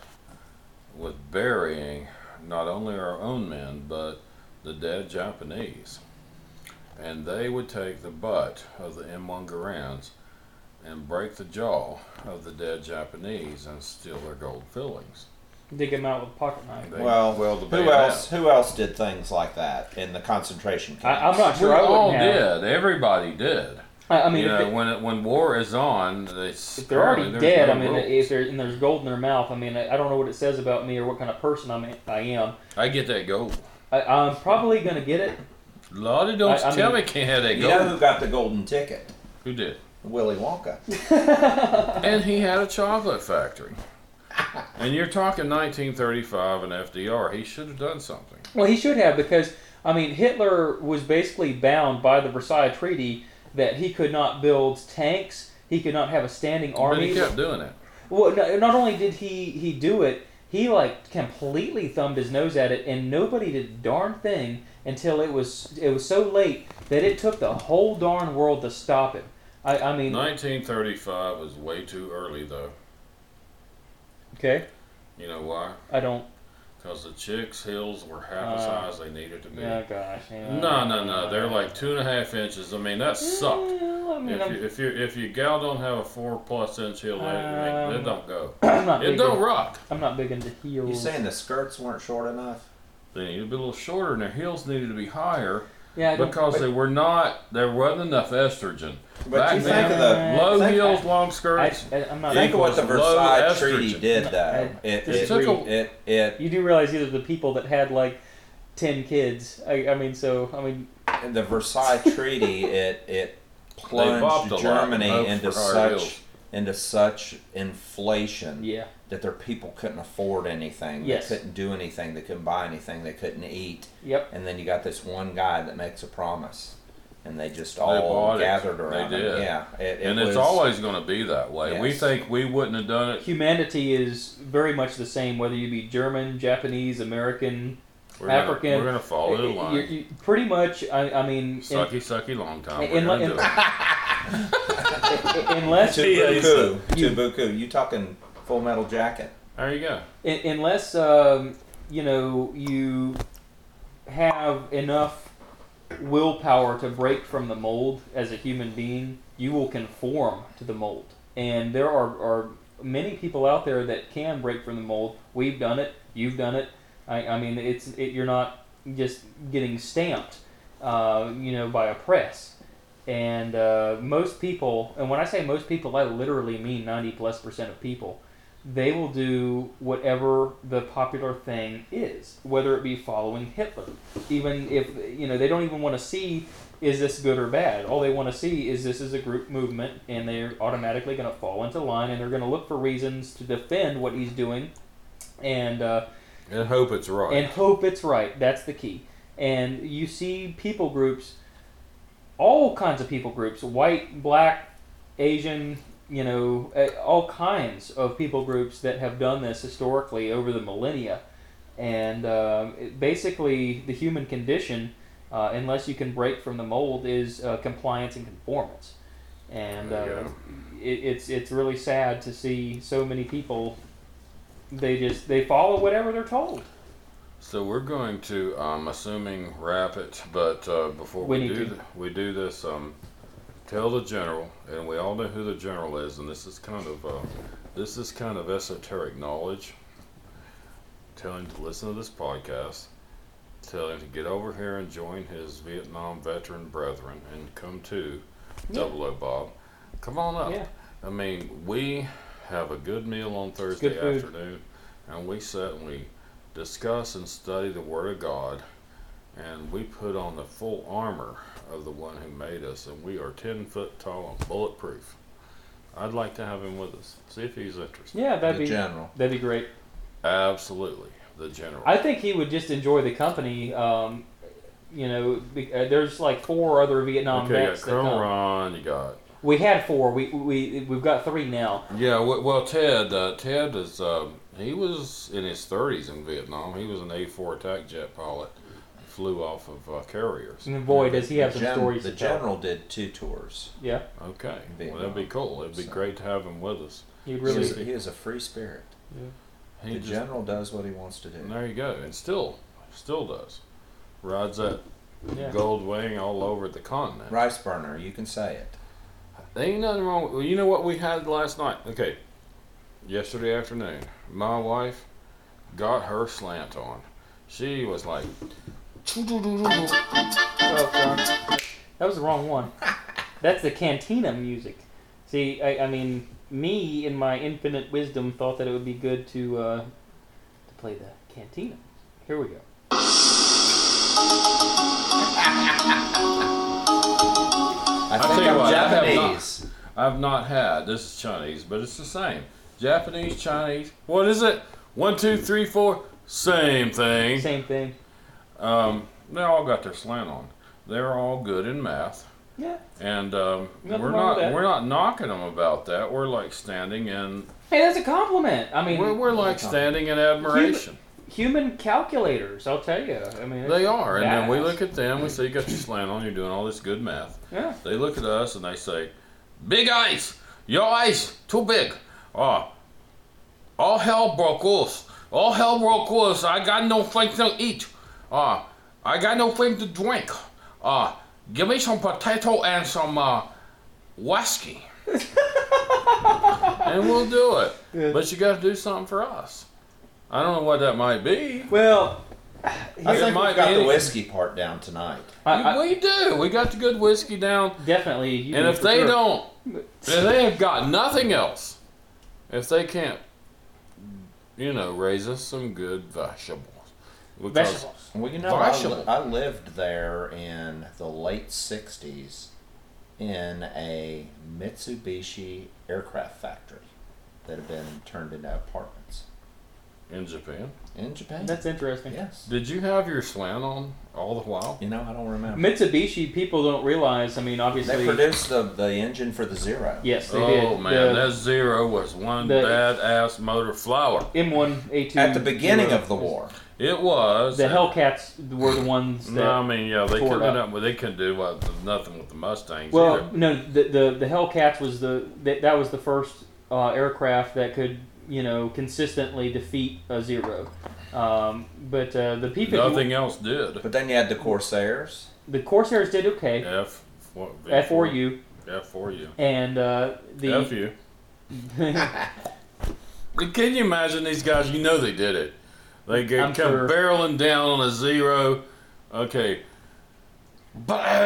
[SPEAKER 1] with burying not only our own men, but the dead Japanese. And they would take the butt of the M1 Garands and break the jaw of the dead Japanese and steal their gold fillings.
[SPEAKER 2] Dig him out with a pocket knife.
[SPEAKER 1] They
[SPEAKER 3] Well,
[SPEAKER 1] welded
[SPEAKER 3] who
[SPEAKER 1] it out.
[SPEAKER 3] else? Who else did things like that in the concentration camps?
[SPEAKER 2] I, I'm not
[SPEAKER 1] We
[SPEAKER 2] sure. I wouldn't
[SPEAKER 1] all
[SPEAKER 2] have.
[SPEAKER 1] did. Everybody did.
[SPEAKER 2] I, I mean,
[SPEAKER 1] you
[SPEAKER 2] if,
[SPEAKER 1] know,
[SPEAKER 2] it-
[SPEAKER 1] when it, when war is on, it's
[SPEAKER 2] if they're already
[SPEAKER 1] apparently there's
[SPEAKER 2] dead,
[SPEAKER 1] no
[SPEAKER 2] I mean,
[SPEAKER 1] rules.
[SPEAKER 2] if they're, and there's gold in their mouth, I mean, I I don't know what it says about me or what kind of person I'm, I am.
[SPEAKER 1] I get that gold.
[SPEAKER 2] I, I'm probably going to get it.
[SPEAKER 1] Lottie, don't
[SPEAKER 2] I- I
[SPEAKER 1] tell
[SPEAKER 2] mean-
[SPEAKER 1] me can't have that
[SPEAKER 3] You
[SPEAKER 1] gold.
[SPEAKER 3] know who got the golden ticket?
[SPEAKER 1] Who did?
[SPEAKER 3] Willy Wonka.
[SPEAKER 1] And he had a chocolate factory. and you're talking 1935 and FDR. He should have done something.
[SPEAKER 2] Well, he should have because, I mean, Hitler was basically bound by the Versailles Treaty that he could not build tanks, he could not have a standing
[SPEAKER 1] but
[SPEAKER 2] army.
[SPEAKER 1] he kept doing it.
[SPEAKER 2] Well, no, not only did he, he do it, he like completely thumbed his nose at it, and nobody did a darn thing until it was it was so late that it took the whole darn world to stop him. I, I mean,
[SPEAKER 1] 1935 was way too early, though.
[SPEAKER 2] okay,
[SPEAKER 1] You know why?
[SPEAKER 2] I don't.
[SPEAKER 1] Because the chicks' heels were half as
[SPEAKER 2] Uh,
[SPEAKER 1] high as they needed to be.
[SPEAKER 2] Oh gosh. yeah.
[SPEAKER 1] No, no, no. They're like two and a half inches. I mean, that sucked.
[SPEAKER 2] Well, I mean,
[SPEAKER 1] If
[SPEAKER 2] I'm,
[SPEAKER 1] you, if you if your gal don't have a four plus inch heel, it, I mean,
[SPEAKER 2] Um,
[SPEAKER 1] it don't go.
[SPEAKER 2] I'm not
[SPEAKER 1] It
[SPEAKER 2] big.
[SPEAKER 1] don't
[SPEAKER 2] in-
[SPEAKER 1] rock.
[SPEAKER 2] I'm not big into heels.
[SPEAKER 3] You saying the skirts weren't short enough?
[SPEAKER 1] They needed to be a little shorter, and their heels needed to be higher
[SPEAKER 2] yeah, I don't,
[SPEAKER 1] because they were not. There wasn't enough estrogen.
[SPEAKER 3] But
[SPEAKER 1] Back
[SPEAKER 3] you
[SPEAKER 1] then,
[SPEAKER 3] think of the
[SPEAKER 1] Low
[SPEAKER 3] think-
[SPEAKER 1] heels, long
[SPEAKER 2] I,
[SPEAKER 1] skirts.
[SPEAKER 2] I, am not.
[SPEAKER 3] think of what the
[SPEAKER 1] equals low
[SPEAKER 3] Versailles
[SPEAKER 1] estrogen.
[SPEAKER 3] Treaty did, though.
[SPEAKER 2] I
[SPEAKER 3] It it,
[SPEAKER 1] disagree.
[SPEAKER 3] it it
[SPEAKER 2] you do realize these are the people that had like ten kids. I, I mean, so I mean,
[SPEAKER 3] the Versailles Treaty it it
[SPEAKER 1] bopped a lot
[SPEAKER 3] plunged
[SPEAKER 1] in
[SPEAKER 3] Germany
[SPEAKER 1] both
[SPEAKER 3] into
[SPEAKER 1] Versailles
[SPEAKER 3] such
[SPEAKER 1] hills.
[SPEAKER 3] into such inflation
[SPEAKER 2] yeah.
[SPEAKER 3] that their people couldn't afford anything.
[SPEAKER 2] Yes.
[SPEAKER 3] They couldn't do anything. They couldn't buy anything. They couldn't eat.
[SPEAKER 2] Yep.
[SPEAKER 3] And then you got this one guy that makes a promise, and they just
[SPEAKER 1] bought
[SPEAKER 3] all
[SPEAKER 1] it.
[SPEAKER 3] gathered
[SPEAKER 1] They
[SPEAKER 3] around. him.
[SPEAKER 1] did.
[SPEAKER 3] Yeah. It, it
[SPEAKER 1] and
[SPEAKER 3] was-
[SPEAKER 1] it's always going to be that way. We
[SPEAKER 3] Yes.
[SPEAKER 1] think we wouldn't have done it.
[SPEAKER 2] Humanity is very much the same whether you be German, Japanese, American.
[SPEAKER 1] We're gonna-
[SPEAKER 2] African-
[SPEAKER 1] we're going to follow the line.
[SPEAKER 2] You- you- pretty much, I, I mean, in-
[SPEAKER 1] sucky, sucky, long time.
[SPEAKER 2] And-
[SPEAKER 1] We're
[SPEAKER 2] and-
[SPEAKER 1] gonna
[SPEAKER 2] and-
[SPEAKER 1] do it.
[SPEAKER 2] unless
[SPEAKER 3] Tubuku.
[SPEAKER 2] You-
[SPEAKER 3] Tubuku. You talking Full Metal Jacket?
[SPEAKER 1] There you go.
[SPEAKER 2] Un- unless um, you know you have enough willpower to break from the mold as a human being, you will conform to the mold. And there are, are many people out there that can break from the mold. We've done it. You've done it. I, I mean, it's it, you're not just getting stamped, uh, you know, by a press. And uh, most people, and when I say most people, I literally mean ninety plus percent of people they will do whatever the popular thing is, whether it be following Hitler. Even if, you know, they don't even want to see is this good or bad. All they want to see is this is a group movement, and they're automatically going to fall into line, and they're going to look for reasons to defend what he's doing, and uh,
[SPEAKER 1] And hope it's right.
[SPEAKER 2] and hope it's right. That's the key. And you see people groups, all kinds of people groups, white, black, Asian, you know, eh, all kinds of people groups that have done this historically over the millennia. And um, it- basically, the human condition, uh, unless you can break from the mold, is uh, compliance and conformance. And
[SPEAKER 1] There you
[SPEAKER 2] uh,
[SPEAKER 1] go.
[SPEAKER 2] it, it's it's really sad to see so many people. They just they follow whatever they're told.
[SPEAKER 1] So we're going to, um, assuming wrap it, but uh, before
[SPEAKER 2] We
[SPEAKER 1] we,
[SPEAKER 2] need
[SPEAKER 1] do
[SPEAKER 2] to.
[SPEAKER 1] th- we do this, um, tell the general, and we all know who the general is, and this is kind of uh, this is kind of esoteric knowledge. Tell him to listen to this podcast. Tell him to get over here and join his Vietnam veteran brethren and come to
[SPEAKER 2] Yeah.
[SPEAKER 1] Double O Bob. Come on up.
[SPEAKER 2] Yeah.
[SPEAKER 1] I mean, we have a good meal on Thursday
[SPEAKER 2] good food.
[SPEAKER 1] afternoon, and we sit and we discuss and study the Word of God, and we put on the full armor of the one who made us, and we are 10 foot tall and bulletproof. I'd like to have him with us. See if he's interested.
[SPEAKER 2] Yeah, that'd
[SPEAKER 3] the
[SPEAKER 2] be
[SPEAKER 3] general.
[SPEAKER 2] that'd be great.
[SPEAKER 1] Absolutely. the general.
[SPEAKER 2] I think he would just enjoy the company. Um, you know, be- uh, there's like four other Vietnam
[SPEAKER 1] okay, you got
[SPEAKER 2] vets that
[SPEAKER 1] Colonel
[SPEAKER 2] come.
[SPEAKER 1] Ron. You got
[SPEAKER 2] We had four. We we we've got three now.
[SPEAKER 1] yeah. w- Well, Ted. Uh, Ted is um, he was in his 30s in Vietnam. He was an A4 attack jet pilot. Flew off of uh, carriers.
[SPEAKER 2] And boy, does he have some
[SPEAKER 3] Gen-
[SPEAKER 2] stories.
[SPEAKER 3] the
[SPEAKER 2] to tell.
[SPEAKER 3] general did two tours.
[SPEAKER 2] Yeah,
[SPEAKER 1] Okay, well
[SPEAKER 3] Vietnam.
[SPEAKER 1] that'd be cool. It'd be
[SPEAKER 3] So-
[SPEAKER 1] great to have him with us.
[SPEAKER 2] he'd
[SPEAKER 3] He
[SPEAKER 2] really.
[SPEAKER 3] is, he is a free spirit.
[SPEAKER 1] He
[SPEAKER 3] the
[SPEAKER 1] just-
[SPEAKER 3] general does what he wants to do.
[SPEAKER 1] There you go, and still, still does. Rides that
[SPEAKER 2] Yeah.
[SPEAKER 1] gold wing all over the continent.
[SPEAKER 3] Rice burner, you can say it.
[SPEAKER 1] There ain't nothing wrong. With, well, you know what we had last night? Okay, yesterday afternoon, my wife got her slant on. She was like,
[SPEAKER 2] Oh, sorry. that was the wrong one. That's the cantina music. See, I, I mean, me in my infinite wisdom thought that it would be good to uh, to play the cantina. Here we go.
[SPEAKER 3] I
[SPEAKER 1] I'll
[SPEAKER 3] think
[SPEAKER 1] tell you
[SPEAKER 3] I'm
[SPEAKER 1] what, I have not-
[SPEAKER 3] Japanese.
[SPEAKER 1] "I've not had this is Chinese, but it's the same. Japanese, Chinese. What is it? One, two, three, four. Same thing.
[SPEAKER 2] Same thing.
[SPEAKER 1] Um, they all got their slant on. They're all good in math.
[SPEAKER 2] Yeah.
[SPEAKER 1] And um,
[SPEAKER 2] Nothing
[SPEAKER 1] we're
[SPEAKER 2] wrong
[SPEAKER 1] not
[SPEAKER 2] with that.
[SPEAKER 1] we're not knocking them about that. We're like standing in
[SPEAKER 2] Hey, that's a compliment. I mean,
[SPEAKER 1] we're, we're like standing in admiration.
[SPEAKER 2] human calculators. I'll tell you. I mean,
[SPEAKER 1] They are, and then we
[SPEAKER 2] badass.
[SPEAKER 1] look at them. We say, "You got your slant on. You're doing all this good math."
[SPEAKER 2] Yeah.
[SPEAKER 1] They look at us and they say, "Big eyes, your eyes too big. Ah, all hell broke loose. All hell broke loose. I got no thing to eat. Ah, I got no thing to drink. Ah, give me some potato and some uh, whiskey, and we'll do it. But you got to do something for us. I don't know what that might be.
[SPEAKER 2] Well,
[SPEAKER 3] I
[SPEAKER 1] It
[SPEAKER 3] think
[SPEAKER 1] might
[SPEAKER 3] we've got
[SPEAKER 1] be
[SPEAKER 3] the
[SPEAKER 1] any-
[SPEAKER 3] whiskey part down tonight.
[SPEAKER 2] I, I,
[SPEAKER 1] we do. We got the good whiskey down.
[SPEAKER 2] definitely. You
[SPEAKER 1] And
[SPEAKER 2] can
[SPEAKER 1] if
[SPEAKER 2] for
[SPEAKER 1] they
[SPEAKER 2] sure.
[SPEAKER 1] don't, if they have got nothing else, if they can't, you know, raise us some good vegetables. Because
[SPEAKER 2] vegetables.
[SPEAKER 3] Well, you know, I, li-
[SPEAKER 1] Washable.
[SPEAKER 3] I lived there in the late 60s in a Mitsubishi aircraft factory that had been turned into apartments
[SPEAKER 1] In Japan.
[SPEAKER 3] in Japan.
[SPEAKER 2] That's interesting.
[SPEAKER 3] yes.
[SPEAKER 1] Did you have your slant on all the while?
[SPEAKER 3] You know, I don't remember.
[SPEAKER 2] Mitsubishi people don't realize. I mean, obviously.
[SPEAKER 3] They produced the, the engine for the Zero.
[SPEAKER 2] Yes, they did.
[SPEAKER 1] oh, man.
[SPEAKER 2] The
[SPEAKER 1] that zero was one
[SPEAKER 2] the-
[SPEAKER 1] badass motor flower.
[SPEAKER 2] M1 A2.
[SPEAKER 3] At the beginning of the war.
[SPEAKER 1] It was.
[SPEAKER 2] The
[SPEAKER 1] and-
[SPEAKER 2] Hellcats were the ones that.
[SPEAKER 1] No, I mean, yeah, they
[SPEAKER 2] tore it
[SPEAKER 1] couldn't,
[SPEAKER 2] up.
[SPEAKER 1] up. with they couldn't do what, nothing with the Mustangs
[SPEAKER 2] well,
[SPEAKER 1] either.
[SPEAKER 2] no, the, the the Hellcats was the that, that was the first uh, aircraft that could you know consistently defeat a zero. Um, but uh, the P
[SPEAKER 1] Nothing
[SPEAKER 2] fifty
[SPEAKER 1] else did.
[SPEAKER 3] But then you had the Corsairs.
[SPEAKER 2] the Corsairs did okay.
[SPEAKER 1] F.
[SPEAKER 2] F four U
[SPEAKER 1] F4U.
[SPEAKER 2] and uh, the
[SPEAKER 1] F you. Can you imagine these guys? You know they did it. They go-
[SPEAKER 2] I'm
[SPEAKER 1] come
[SPEAKER 2] sure.
[SPEAKER 1] barreling down on a zero. Okay. But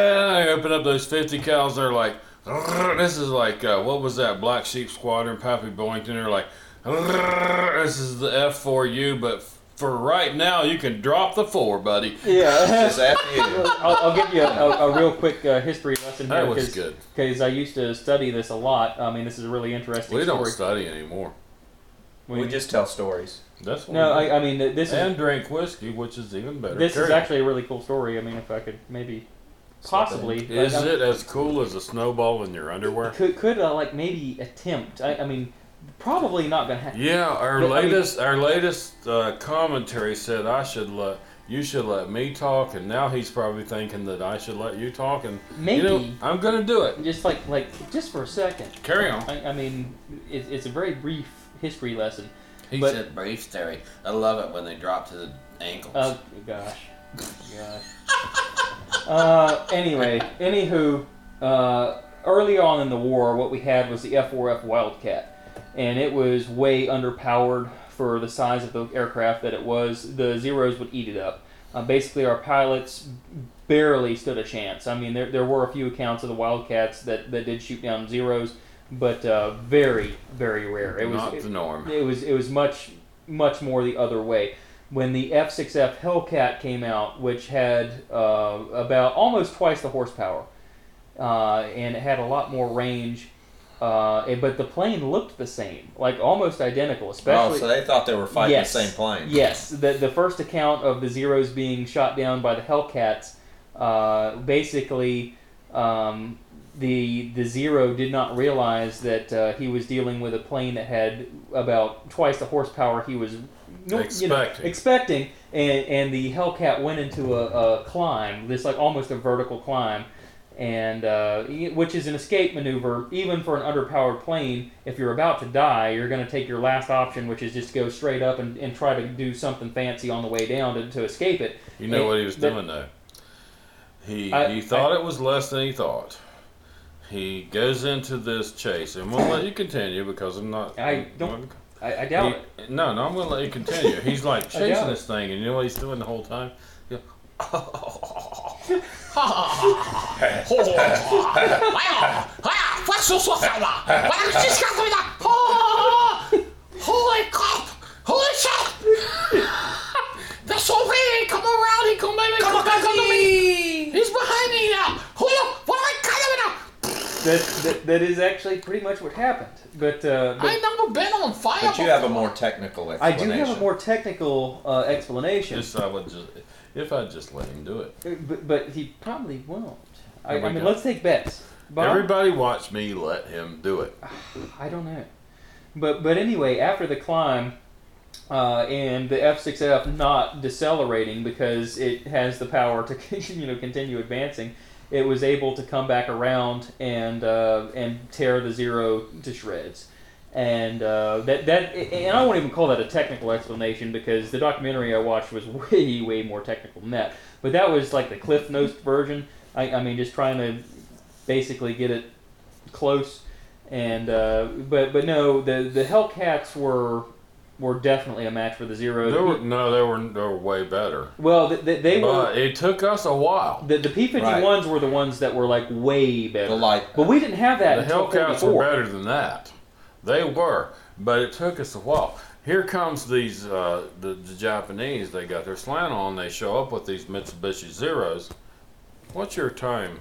[SPEAKER 1] they open up those 50 cows. They're like, "Grrr." this is like, uh, what was that? Black Sheep Squadron, Pappy Boyington. They're like, "Grrr, this is the F4U, but for right now, you can drop the four, buddy.
[SPEAKER 2] yeah.
[SPEAKER 3] Is that you?
[SPEAKER 2] I'll, I'll give you a, a, a real quick uh, history lesson here
[SPEAKER 1] That was
[SPEAKER 2] because-
[SPEAKER 1] good.
[SPEAKER 2] because I used to study this a lot. I mean, this is a really interesting
[SPEAKER 1] We
[SPEAKER 2] story.
[SPEAKER 1] don't study anymore.
[SPEAKER 2] We-
[SPEAKER 3] We just tell stories.
[SPEAKER 1] That's what
[SPEAKER 2] no,
[SPEAKER 1] we do.
[SPEAKER 2] I, I mean this is
[SPEAKER 1] and drink whiskey, which is even better.
[SPEAKER 2] This is
[SPEAKER 1] Carry on.
[SPEAKER 2] actually a really cool story. I mean, if I could maybe
[SPEAKER 3] Slip it
[SPEAKER 2] possibly like,
[SPEAKER 1] Is
[SPEAKER 2] I'm-
[SPEAKER 1] it as cool as a snowball in your underwear?
[SPEAKER 2] could could I like maybe attempt? I, I mean, probably not gonna happen.
[SPEAKER 1] Yeah, our
[SPEAKER 2] But, I mean-
[SPEAKER 1] latest our latest uh, commentary said I should let you should let me talk, and now he's probably thinking that I should let you talk, and you know,
[SPEAKER 2] Maybe.
[SPEAKER 1] I'm gonna do it.
[SPEAKER 2] Just like like just for a second.
[SPEAKER 1] Carry on.
[SPEAKER 2] I, I mean, it, it's a very brief history lesson.
[SPEAKER 4] He
[SPEAKER 2] But-
[SPEAKER 4] said brief story. I love it when they drop to the ankles.
[SPEAKER 2] Oh gosh, gosh. uh, anyway, anywho, uh, early on in the war, what we had was the F4F Wildcat, and it was way underpowered for the size of the aircraft that it was. The zeros would eat it up. Uh, basically, our pilots barely stood a chance. I mean, there, there were a few accounts of the Wildcats that, that did shoot down zeros, but uh, very, very rare. It was
[SPEAKER 1] Not the norm.
[SPEAKER 2] it was it was much much more the other way. When the F6F Hellcat came out, which had uh, about almost twice the horsepower, uh, and it had a lot more range, Uh, eh, but the plane looked the same, like almost identical, especially.
[SPEAKER 3] oh, so they thought they were fighting
[SPEAKER 2] yes,
[SPEAKER 3] the same plane.
[SPEAKER 2] Yes, the the first account of the Zeros being shot down by the Hellcats, uh, basically, um, the the Zero did not realize that uh, he was dealing with a plane that had about twice the horsepower he was no- you know,
[SPEAKER 1] Expecting.
[SPEAKER 2] expecting, and and the Hellcat went into a, a climb, this like almost a vertical climb. And uh, y- which is an escape maneuver, even for an underpowered plane. If you're about to die, you're going to take your last option, which is just go straight up and, and try to do something fancy on the way down to, to escape it.
[SPEAKER 1] You know
[SPEAKER 2] It-
[SPEAKER 1] what he was
[SPEAKER 2] the-
[SPEAKER 1] doing though. He
[SPEAKER 2] I-
[SPEAKER 1] he thought it was less than he thought. He goes into this chase, and we'll let you continue because I'm not.
[SPEAKER 2] I
[SPEAKER 1] I'm-
[SPEAKER 2] don't-
[SPEAKER 1] I'm-
[SPEAKER 2] I, I doubt it.
[SPEAKER 1] he- no, no, I'm gonna let you continue. He's like
[SPEAKER 2] I doubt
[SPEAKER 1] chasing
[SPEAKER 2] it.
[SPEAKER 1] this thing, and you know what he's doing the whole time? He
[SPEAKER 4] Wow! Wow! What's this one? Wow! She's got me like, oh, holy crap! Holy shit! That's so big! Come around! He come baby! Come, back on me! He's behind me now! Julio, what am I coming now?
[SPEAKER 2] That, that, that is actually pretty much what happened. But, uh, but
[SPEAKER 4] I ain't never been on fire.
[SPEAKER 3] But you have a
[SPEAKER 4] before.
[SPEAKER 3] more technical
[SPEAKER 2] I
[SPEAKER 3] explanation.
[SPEAKER 2] do have a more technical uh, explanation, Uh,
[SPEAKER 1] just I would just if I just let him do it.
[SPEAKER 2] but, but he probably won't. I,
[SPEAKER 1] Here we
[SPEAKER 2] I mean,
[SPEAKER 1] go.
[SPEAKER 2] let's take bets. Bob?
[SPEAKER 1] Everybody watch me let him do it.
[SPEAKER 2] I don't know. But but anyway, after the climb, uh, and the F six F not decelerating because it has the power to you know continue advancing, it was able to come back around and uh, and tear the zero to shreds. And uh, that that and I won't even call that a technical explanation because the documentary I watched was way way more technical than that. But that was like the Cliff Notes version. I, I mean, just trying to basically get it close. And uh, but but no, the the Hellcats were were definitely a match for the Zero.
[SPEAKER 1] There were no, they were they were way better.
[SPEAKER 2] well, th th they were.
[SPEAKER 1] But it took us a while.
[SPEAKER 2] The, the P fifty ones were the ones that were like way better.
[SPEAKER 3] The light.
[SPEAKER 2] but we didn't have that
[SPEAKER 1] The
[SPEAKER 2] until
[SPEAKER 1] Hellcats
[SPEAKER 2] 34.
[SPEAKER 1] were better than that. They were, but it took us a while. Here comes these uh, the, the Japanese. They got their slant on. They show up with these Mitsubishi Zeros. What's your time?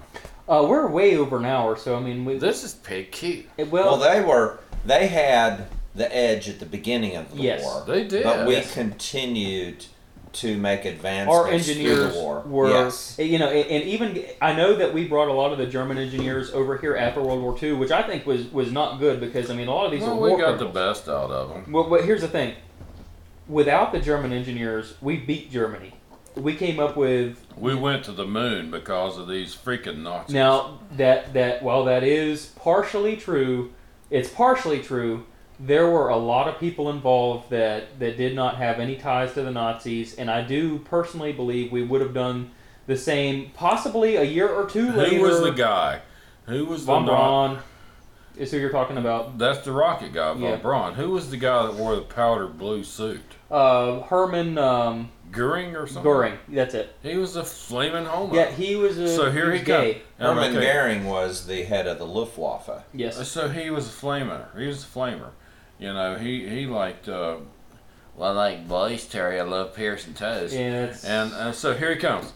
[SPEAKER 2] Uh, we're way over an hour, so I mean, we,
[SPEAKER 1] This is pig cute.
[SPEAKER 2] well,
[SPEAKER 3] Well, they were. They had the edge at the beginning of the
[SPEAKER 2] Yes.
[SPEAKER 3] war.
[SPEAKER 1] They did.
[SPEAKER 3] But we
[SPEAKER 1] Yes.
[SPEAKER 3] continued to make advancements
[SPEAKER 2] our
[SPEAKER 3] through
[SPEAKER 2] engineers
[SPEAKER 3] the war.
[SPEAKER 2] were, eh,
[SPEAKER 3] yes.
[SPEAKER 2] you know, and, and even I know that we brought a lot of the German engineers over here after World War II, which I think was was not good because I mean, a lot of these
[SPEAKER 1] Well,
[SPEAKER 2] were
[SPEAKER 1] we
[SPEAKER 2] war
[SPEAKER 1] got the
[SPEAKER 2] criminals.
[SPEAKER 1] best out of them.
[SPEAKER 2] Well, but here's the thing. Without the German engineers, we beat Germany. We came up with
[SPEAKER 1] We went to the moon because of these freaking Nazis.
[SPEAKER 2] now that that while that is partially true, it's partially true. There were a lot of people involved that that did not have any ties to the Nazis, and I do personally believe we would have done the same, possibly a year or two later.
[SPEAKER 1] who was the guy? Who was
[SPEAKER 2] Von
[SPEAKER 1] the Nazi-
[SPEAKER 2] Braun is who you're talking about.
[SPEAKER 1] That's the rocket guy, Von
[SPEAKER 2] Yeah.
[SPEAKER 1] Braun. Who was the guy that wore the powder blue suit?
[SPEAKER 2] Uh, Herman um,
[SPEAKER 1] Goering or something?
[SPEAKER 2] Goering. That's it.
[SPEAKER 1] He was a flaming homo.
[SPEAKER 2] Yeah, he was a.
[SPEAKER 1] so here
[SPEAKER 2] was
[SPEAKER 1] he
[SPEAKER 2] gay.
[SPEAKER 1] comes.
[SPEAKER 3] Hermann
[SPEAKER 1] Oh, Okay.
[SPEAKER 3] Goering was the head of the Luftwaffe.
[SPEAKER 2] Yes.
[SPEAKER 1] uh, So he was a flamer. He was a flamer. You know, he he liked. Uh,
[SPEAKER 4] Well, like boys, Terry, I love piercing toes.
[SPEAKER 2] Yeah, it's,
[SPEAKER 1] and uh, so here he comes.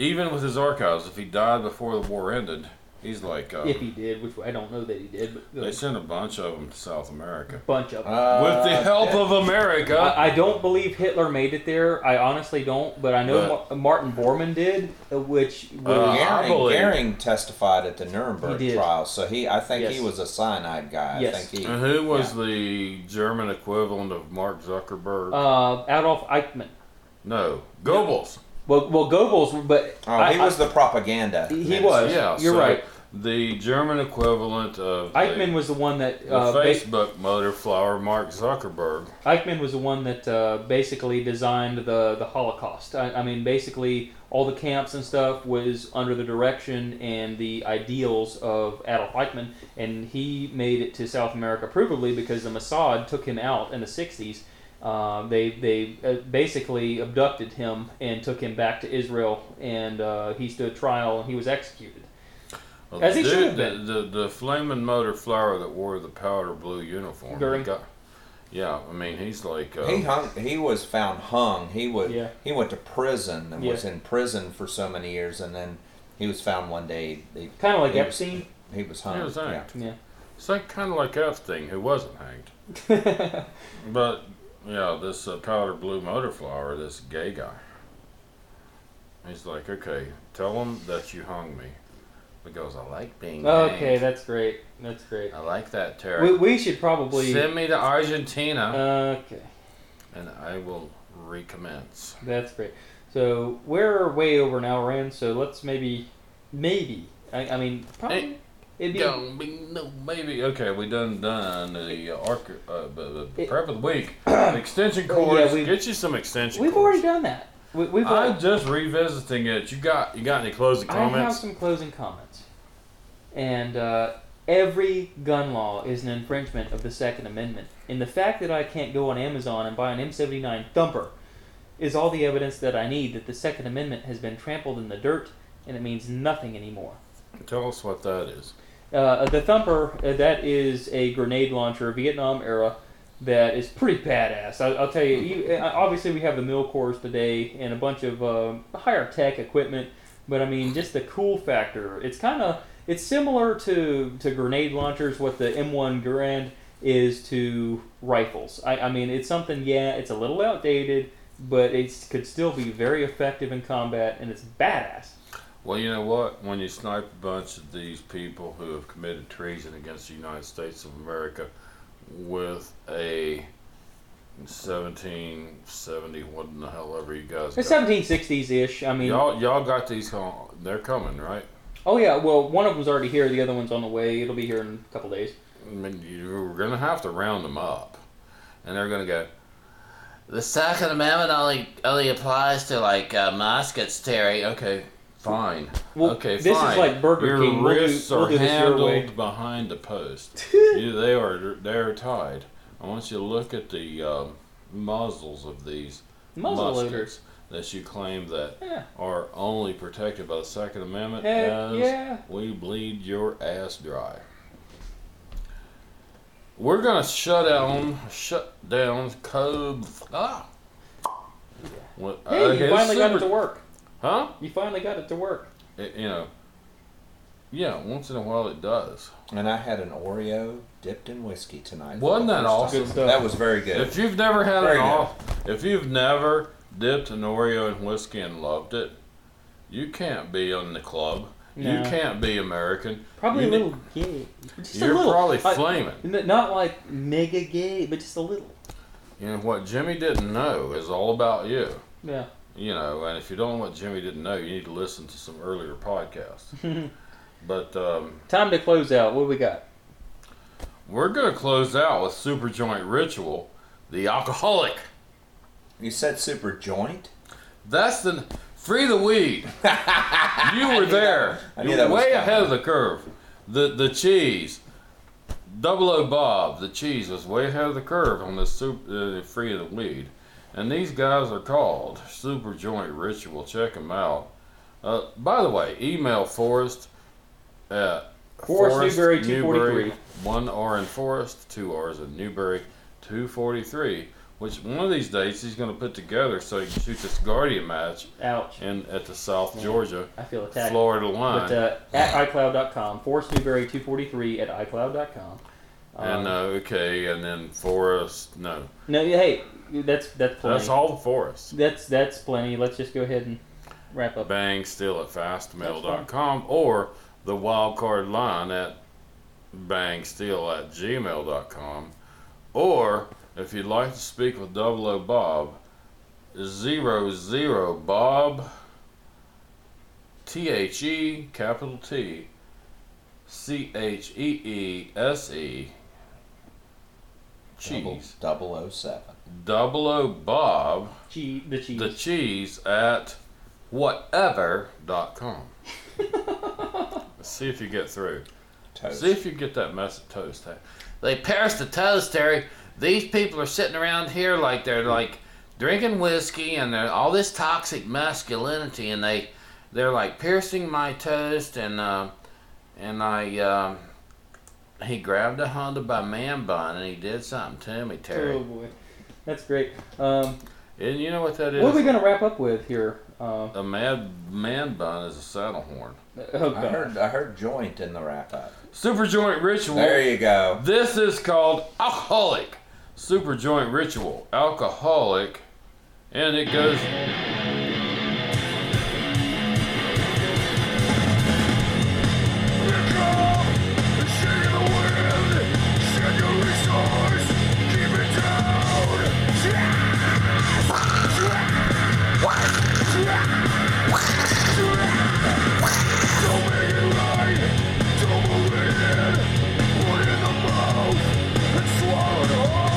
[SPEAKER 1] Even with his archives, if he died before the war ended, he's like. Uh,
[SPEAKER 2] if he did, which I don't know that he did, but
[SPEAKER 1] they
[SPEAKER 2] a
[SPEAKER 1] sent a bunch of them to South America
[SPEAKER 2] bunch of them.
[SPEAKER 3] Uh,
[SPEAKER 1] with the help
[SPEAKER 3] yeah.
[SPEAKER 1] of America.
[SPEAKER 2] I, I don't believe Hitler made it there. I honestly don't, but I know Ma- Martin Bormann did, uh, which
[SPEAKER 1] Uh,
[SPEAKER 2] was,
[SPEAKER 1] I
[SPEAKER 3] Goering,
[SPEAKER 1] believe-
[SPEAKER 3] Goering testified at the
[SPEAKER 2] He
[SPEAKER 3] Nuremberg
[SPEAKER 2] did.
[SPEAKER 3] trial, so he I think he
[SPEAKER 2] Yes.
[SPEAKER 3] was a cyanide guy. I
[SPEAKER 2] Yes.
[SPEAKER 3] think he
[SPEAKER 1] and who was the German equivalent of Mark Zuckerberg?
[SPEAKER 2] uh, Adolf Eichmann.
[SPEAKER 1] no, Goebbels.
[SPEAKER 2] Well, well, Goebbels, but
[SPEAKER 3] Oh,
[SPEAKER 2] I-
[SPEAKER 3] he
[SPEAKER 2] I-
[SPEAKER 3] was the propaganda.
[SPEAKER 2] he
[SPEAKER 3] minister.
[SPEAKER 2] was.
[SPEAKER 1] Yeah,
[SPEAKER 2] you're
[SPEAKER 1] so
[SPEAKER 2] right.
[SPEAKER 1] The German equivalent of
[SPEAKER 2] Eichmann
[SPEAKER 1] the,
[SPEAKER 2] was the one that
[SPEAKER 1] the
[SPEAKER 2] uh, ba-
[SPEAKER 1] Facebook motor flower Mark Zuckerberg.
[SPEAKER 2] Eichmann was the one that uh, basically designed the the Holocaust. I, I mean, basically all the camps and stuff was under the direction and the ideals of Adolf Eichmann, and he made it to South America provably because the Mossad took him out in the '60s. Uh, they they uh, basically abducted him and took him back to Israel, and uh, he stood trial and he was executed.
[SPEAKER 1] Well,
[SPEAKER 2] As he
[SPEAKER 1] Uh, the
[SPEAKER 2] should
[SPEAKER 1] dude-
[SPEAKER 2] have been.
[SPEAKER 1] The, the, the flaming motor flower that wore the powder blue uniform. the
[SPEAKER 2] Goering.
[SPEAKER 1] guy- yeah, I mean he's like uh,
[SPEAKER 3] He hung. He was found hung. He would.
[SPEAKER 2] Yeah.
[SPEAKER 3] He went to prison and
[SPEAKER 2] Yeah.
[SPEAKER 3] was in prison for so many years, and then he was found one day. He,
[SPEAKER 2] Kind of like
[SPEAKER 3] he was-
[SPEAKER 2] Epstein.
[SPEAKER 3] he was hung.
[SPEAKER 1] He was hung.
[SPEAKER 3] yeah.
[SPEAKER 2] Uh, Yeah.
[SPEAKER 1] It's like kind of like Epstein, who wasn't hanged. But yeah, this uh, powder blue motor flower, this gay guy. He's like, okay, tell him that you hung me, because I like being
[SPEAKER 2] okay,
[SPEAKER 1] hanged.
[SPEAKER 2] that's great. That's great.
[SPEAKER 1] I like that,
[SPEAKER 2] We,
[SPEAKER 1] Terry.
[SPEAKER 2] we should probably. uh,
[SPEAKER 1] Send me to Argentina,
[SPEAKER 2] Okay,
[SPEAKER 1] and I will recommence.
[SPEAKER 2] that's great. So we're way over an hour in, so let's maybe, maybe. I, I mean, probably. It'd be.
[SPEAKER 1] Don't be no maybe. Okay, we done done the uh, arc, uh, b- b-
[SPEAKER 2] It-
[SPEAKER 1] prep of the week. extension cords.
[SPEAKER 2] we've-
[SPEAKER 1] get you some extension
[SPEAKER 2] We've already
[SPEAKER 1] cords.
[SPEAKER 2] done that. We, we've.
[SPEAKER 1] I'm just revisiting it. You got you got any closing
[SPEAKER 2] I have
[SPEAKER 1] comments?
[SPEAKER 2] some closing comments. And uh, every gun law is an infringement of the Second Amendment. And the fact that I can't go on Amazon and buy an M79 Thumper is all the evidence that I need that the Second Amendment has been trampled in the dirt and it means nothing anymore.
[SPEAKER 1] Tell us what that is.
[SPEAKER 2] Uh, the Thumper, uh, that is a grenade launcher, Vietnam era, that is pretty badass. I, I'll tell you, you, uh, obviously, we have the mill cores today and a bunch of uh, higher tech equipment, but I mean, just the cool factor. It's kind of it's similar to, to grenade launchers, what the M1 Grand is to rifles. I, I mean, it's something, yeah, it's a little outdated, but it could still be very effective in combat, and it's badass.
[SPEAKER 1] Well, you know what? When you snipe a bunch of these people who have committed treason against the United States of America with a 1770, what in the hell ever you guys
[SPEAKER 2] It's
[SPEAKER 1] got.
[SPEAKER 2] 1760s ish. I mean,
[SPEAKER 1] Y'all, y'all got these, com- they're coming, right?
[SPEAKER 2] Oh yeah, well one of them's already here, the other one's on the way. It'll be here in a couple days.
[SPEAKER 1] I mean, you're going to have to round them up. And they're going to go,
[SPEAKER 4] The Second Amendment only only applies to like uh, muskets, Terry.
[SPEAKER 1] okay, fine.
[SPEAKER 2] Well,
[SPEAKER 1] okay,
[SPEAKER 2] this is
[SPEAKER 1] fine.
[SPEAKER 2] like Burger
[SPEAKER 1] Your
[SPEAKER 2] King. We'll do-
[SPEAKER 1] wrists
[SPEAKER 2] we'll
[SPEAKER 1] are
[SPEAKER 2] do this your way."
[SPEAKER 1] handled behind the post. you, they are they are tied. I want you to look at the um, muzzles of these
[SPEAKER 2] Muzzle loaders.
[SPEAKER 1] muskets that you claim that
[SPEAKER 2] Yeah.
[SPEAKER 1] are only protected by the Second Amendment.
[SPEAKER 2] Heck
[SPEAKER 1] as
[SPEAKER 2] yeah.
[SPEAKER 1] We bleed your ass dry. We're gonna shut down, shut down Cove. Ah. What-
[SPEAKER 2] Hey,
[SPEAKER 1] uh,
[SPEAKER 2] you
[SPEAKER 1] his
[SPEAKER 2] finally got
[SPEAKER 1] super-
[SPEAKER 2] it to work.
[SPEAKER 1] Huh?
[SPEAKER 2] You finally got it to work.
[SPEAKER 1] it, you know, yeah, once in a while it does.
[SPEAKER 3] And I had an Oreo dipped in whiskey tonight. for
[SPEAKER 1] Wasn't
[SPEAKER 3] the
[SPEAKER 1] that
[SPEAKER 3] first time.
[SPEAKER 1] awesome?
[SPEAKER 2] Good stuff.
[SPEAKER 3] That was very good.
[SPEAKER 1] If you've never had
[SPEAKER 3] Very
[SPEAKER 1] an
[SPEAKER 3] good.
[SPEAKER 1] off, if you've never dipped an Oreo in whiskey and loved it, you can't be in the club.
[SPEAKER 2] No.
[SPEAKER 1] You can't be American.
[SPEAKER 2] Probably
[SPEAKER 1] You
[SPEAKER 2] a
[SPEAKER 1] need-
[SPEAKER 2] little gay. Just
[SPEAKER 1] You're
[SPEAKER 2] a little.
[SPEAKER 1] probably
[SPEAKER 2] I-
[SPEAKER 1] flaming.
[SPEAKER 2] n- not like mega gay, but just a little.
[SPEAKER 1] You know what Jimmy didn't know is all about you.
[SPEAKER 2] Yeah.
[SPEAKER 1] You know, and if you don't know what Jimmy didn't know, you need to listen to some earlier podcasts. but um,
[SPEAKER 2] Time to close out. What do we got?
[SPEAKER 1] we're gonna close out with Superjoint Ritual, the alcoholic.
[SPEAKER 3] You said super joint?
[SPEAKER 1] That's the free the weed. you were there.
[SPEAKER 3] I
[SPEAKER 1] You
[SPEAKER 3] knew
[SPEAKER 1] were
[SPEAKER 3] that was
[SPEAKER 1] way
[SPEAKER 3] coming.
[SPEAKER 1] ahead of the curve. The the cheese. Double O Bob, the cheese was way ahead of the curve on this super, uh, free the weed. And these guys are called Super Joint Ritual. Check them out. Uh, by the way, email Forrest at
[SPEAKER 2] Forrest Newberry, 243.
[SPEAKER 1] one R in Forrest, two R's in Newberry, 243. Which one of these days he's going to put together so he can shoot this Guardian match
[SPEAKER 2] Ouch.
[SPEAKER 1] in at the South Georgia
[SPEAKER 2] I feel attacked.
[SPEAKER 1] Florida
[SPEAKER 2] But
[SPEAKER 1] line.
[SPEAKER 2] uh, at iCloud.com, Forrest Newberry 243 at iCloud.com. Um,
[SPEAKER 1] and uh, okay, and then Forrest. No,
[SPEAKER 2] no, hey, that's that's plenty.
[SPEAKER 1] that's all the Forrest.
[SPEAKER 2] That's that's plenty. Let's just go ahead and wrap up.
[SPEAKER 1] Bang still at fastmail.com or the wildcard line at bangsteel at gmail.com. Or if you'd like to speak with Double O Bob, zero zero Bob T H E capital T C H E E S E cheese
[SPEAKER 3] Double 007.
[SPEAKER 1] double O Bob
[SPEAKER 2] Cheese, the cheese.
[SPEAKER 1] the cheese at whatever.com. See if you get through.
[SPEAKER 3] Toast.
[SPEAKER 1] See if you get that mess of toast. Hey,
[SPEAKER 4] They perish the toast, Terry. These people are sitting around here like they're like drinking whiskey and they're all this toxic masculinity and they they're like piercing my toast and uh, and I um, he grabbed a Honda by man bun and he did something to me, Terry.
[SPEAKER 2] Oh boy, that's great. Um,
[SPEAKER 1] And you know what that is?
[SPEAKER 2] What are we going to wrap up with here? Um,
[SPEAKER 1] a mad man bun is a saddle horn.
[SPEAKER 2] oh,
[SPEAKER 3] I
[SPEAKER 2] God.
[SPEAKER 3] heard, I heard joint in the wrap up.
[SPEAKER 1] Super joint ritual.
[SPEAKER 3] There you go.
[SPEAKER 1] This is called alcoholic super joint ritual. Alcoholic, and it goes.
[SPEAKER 8] Swallow it all!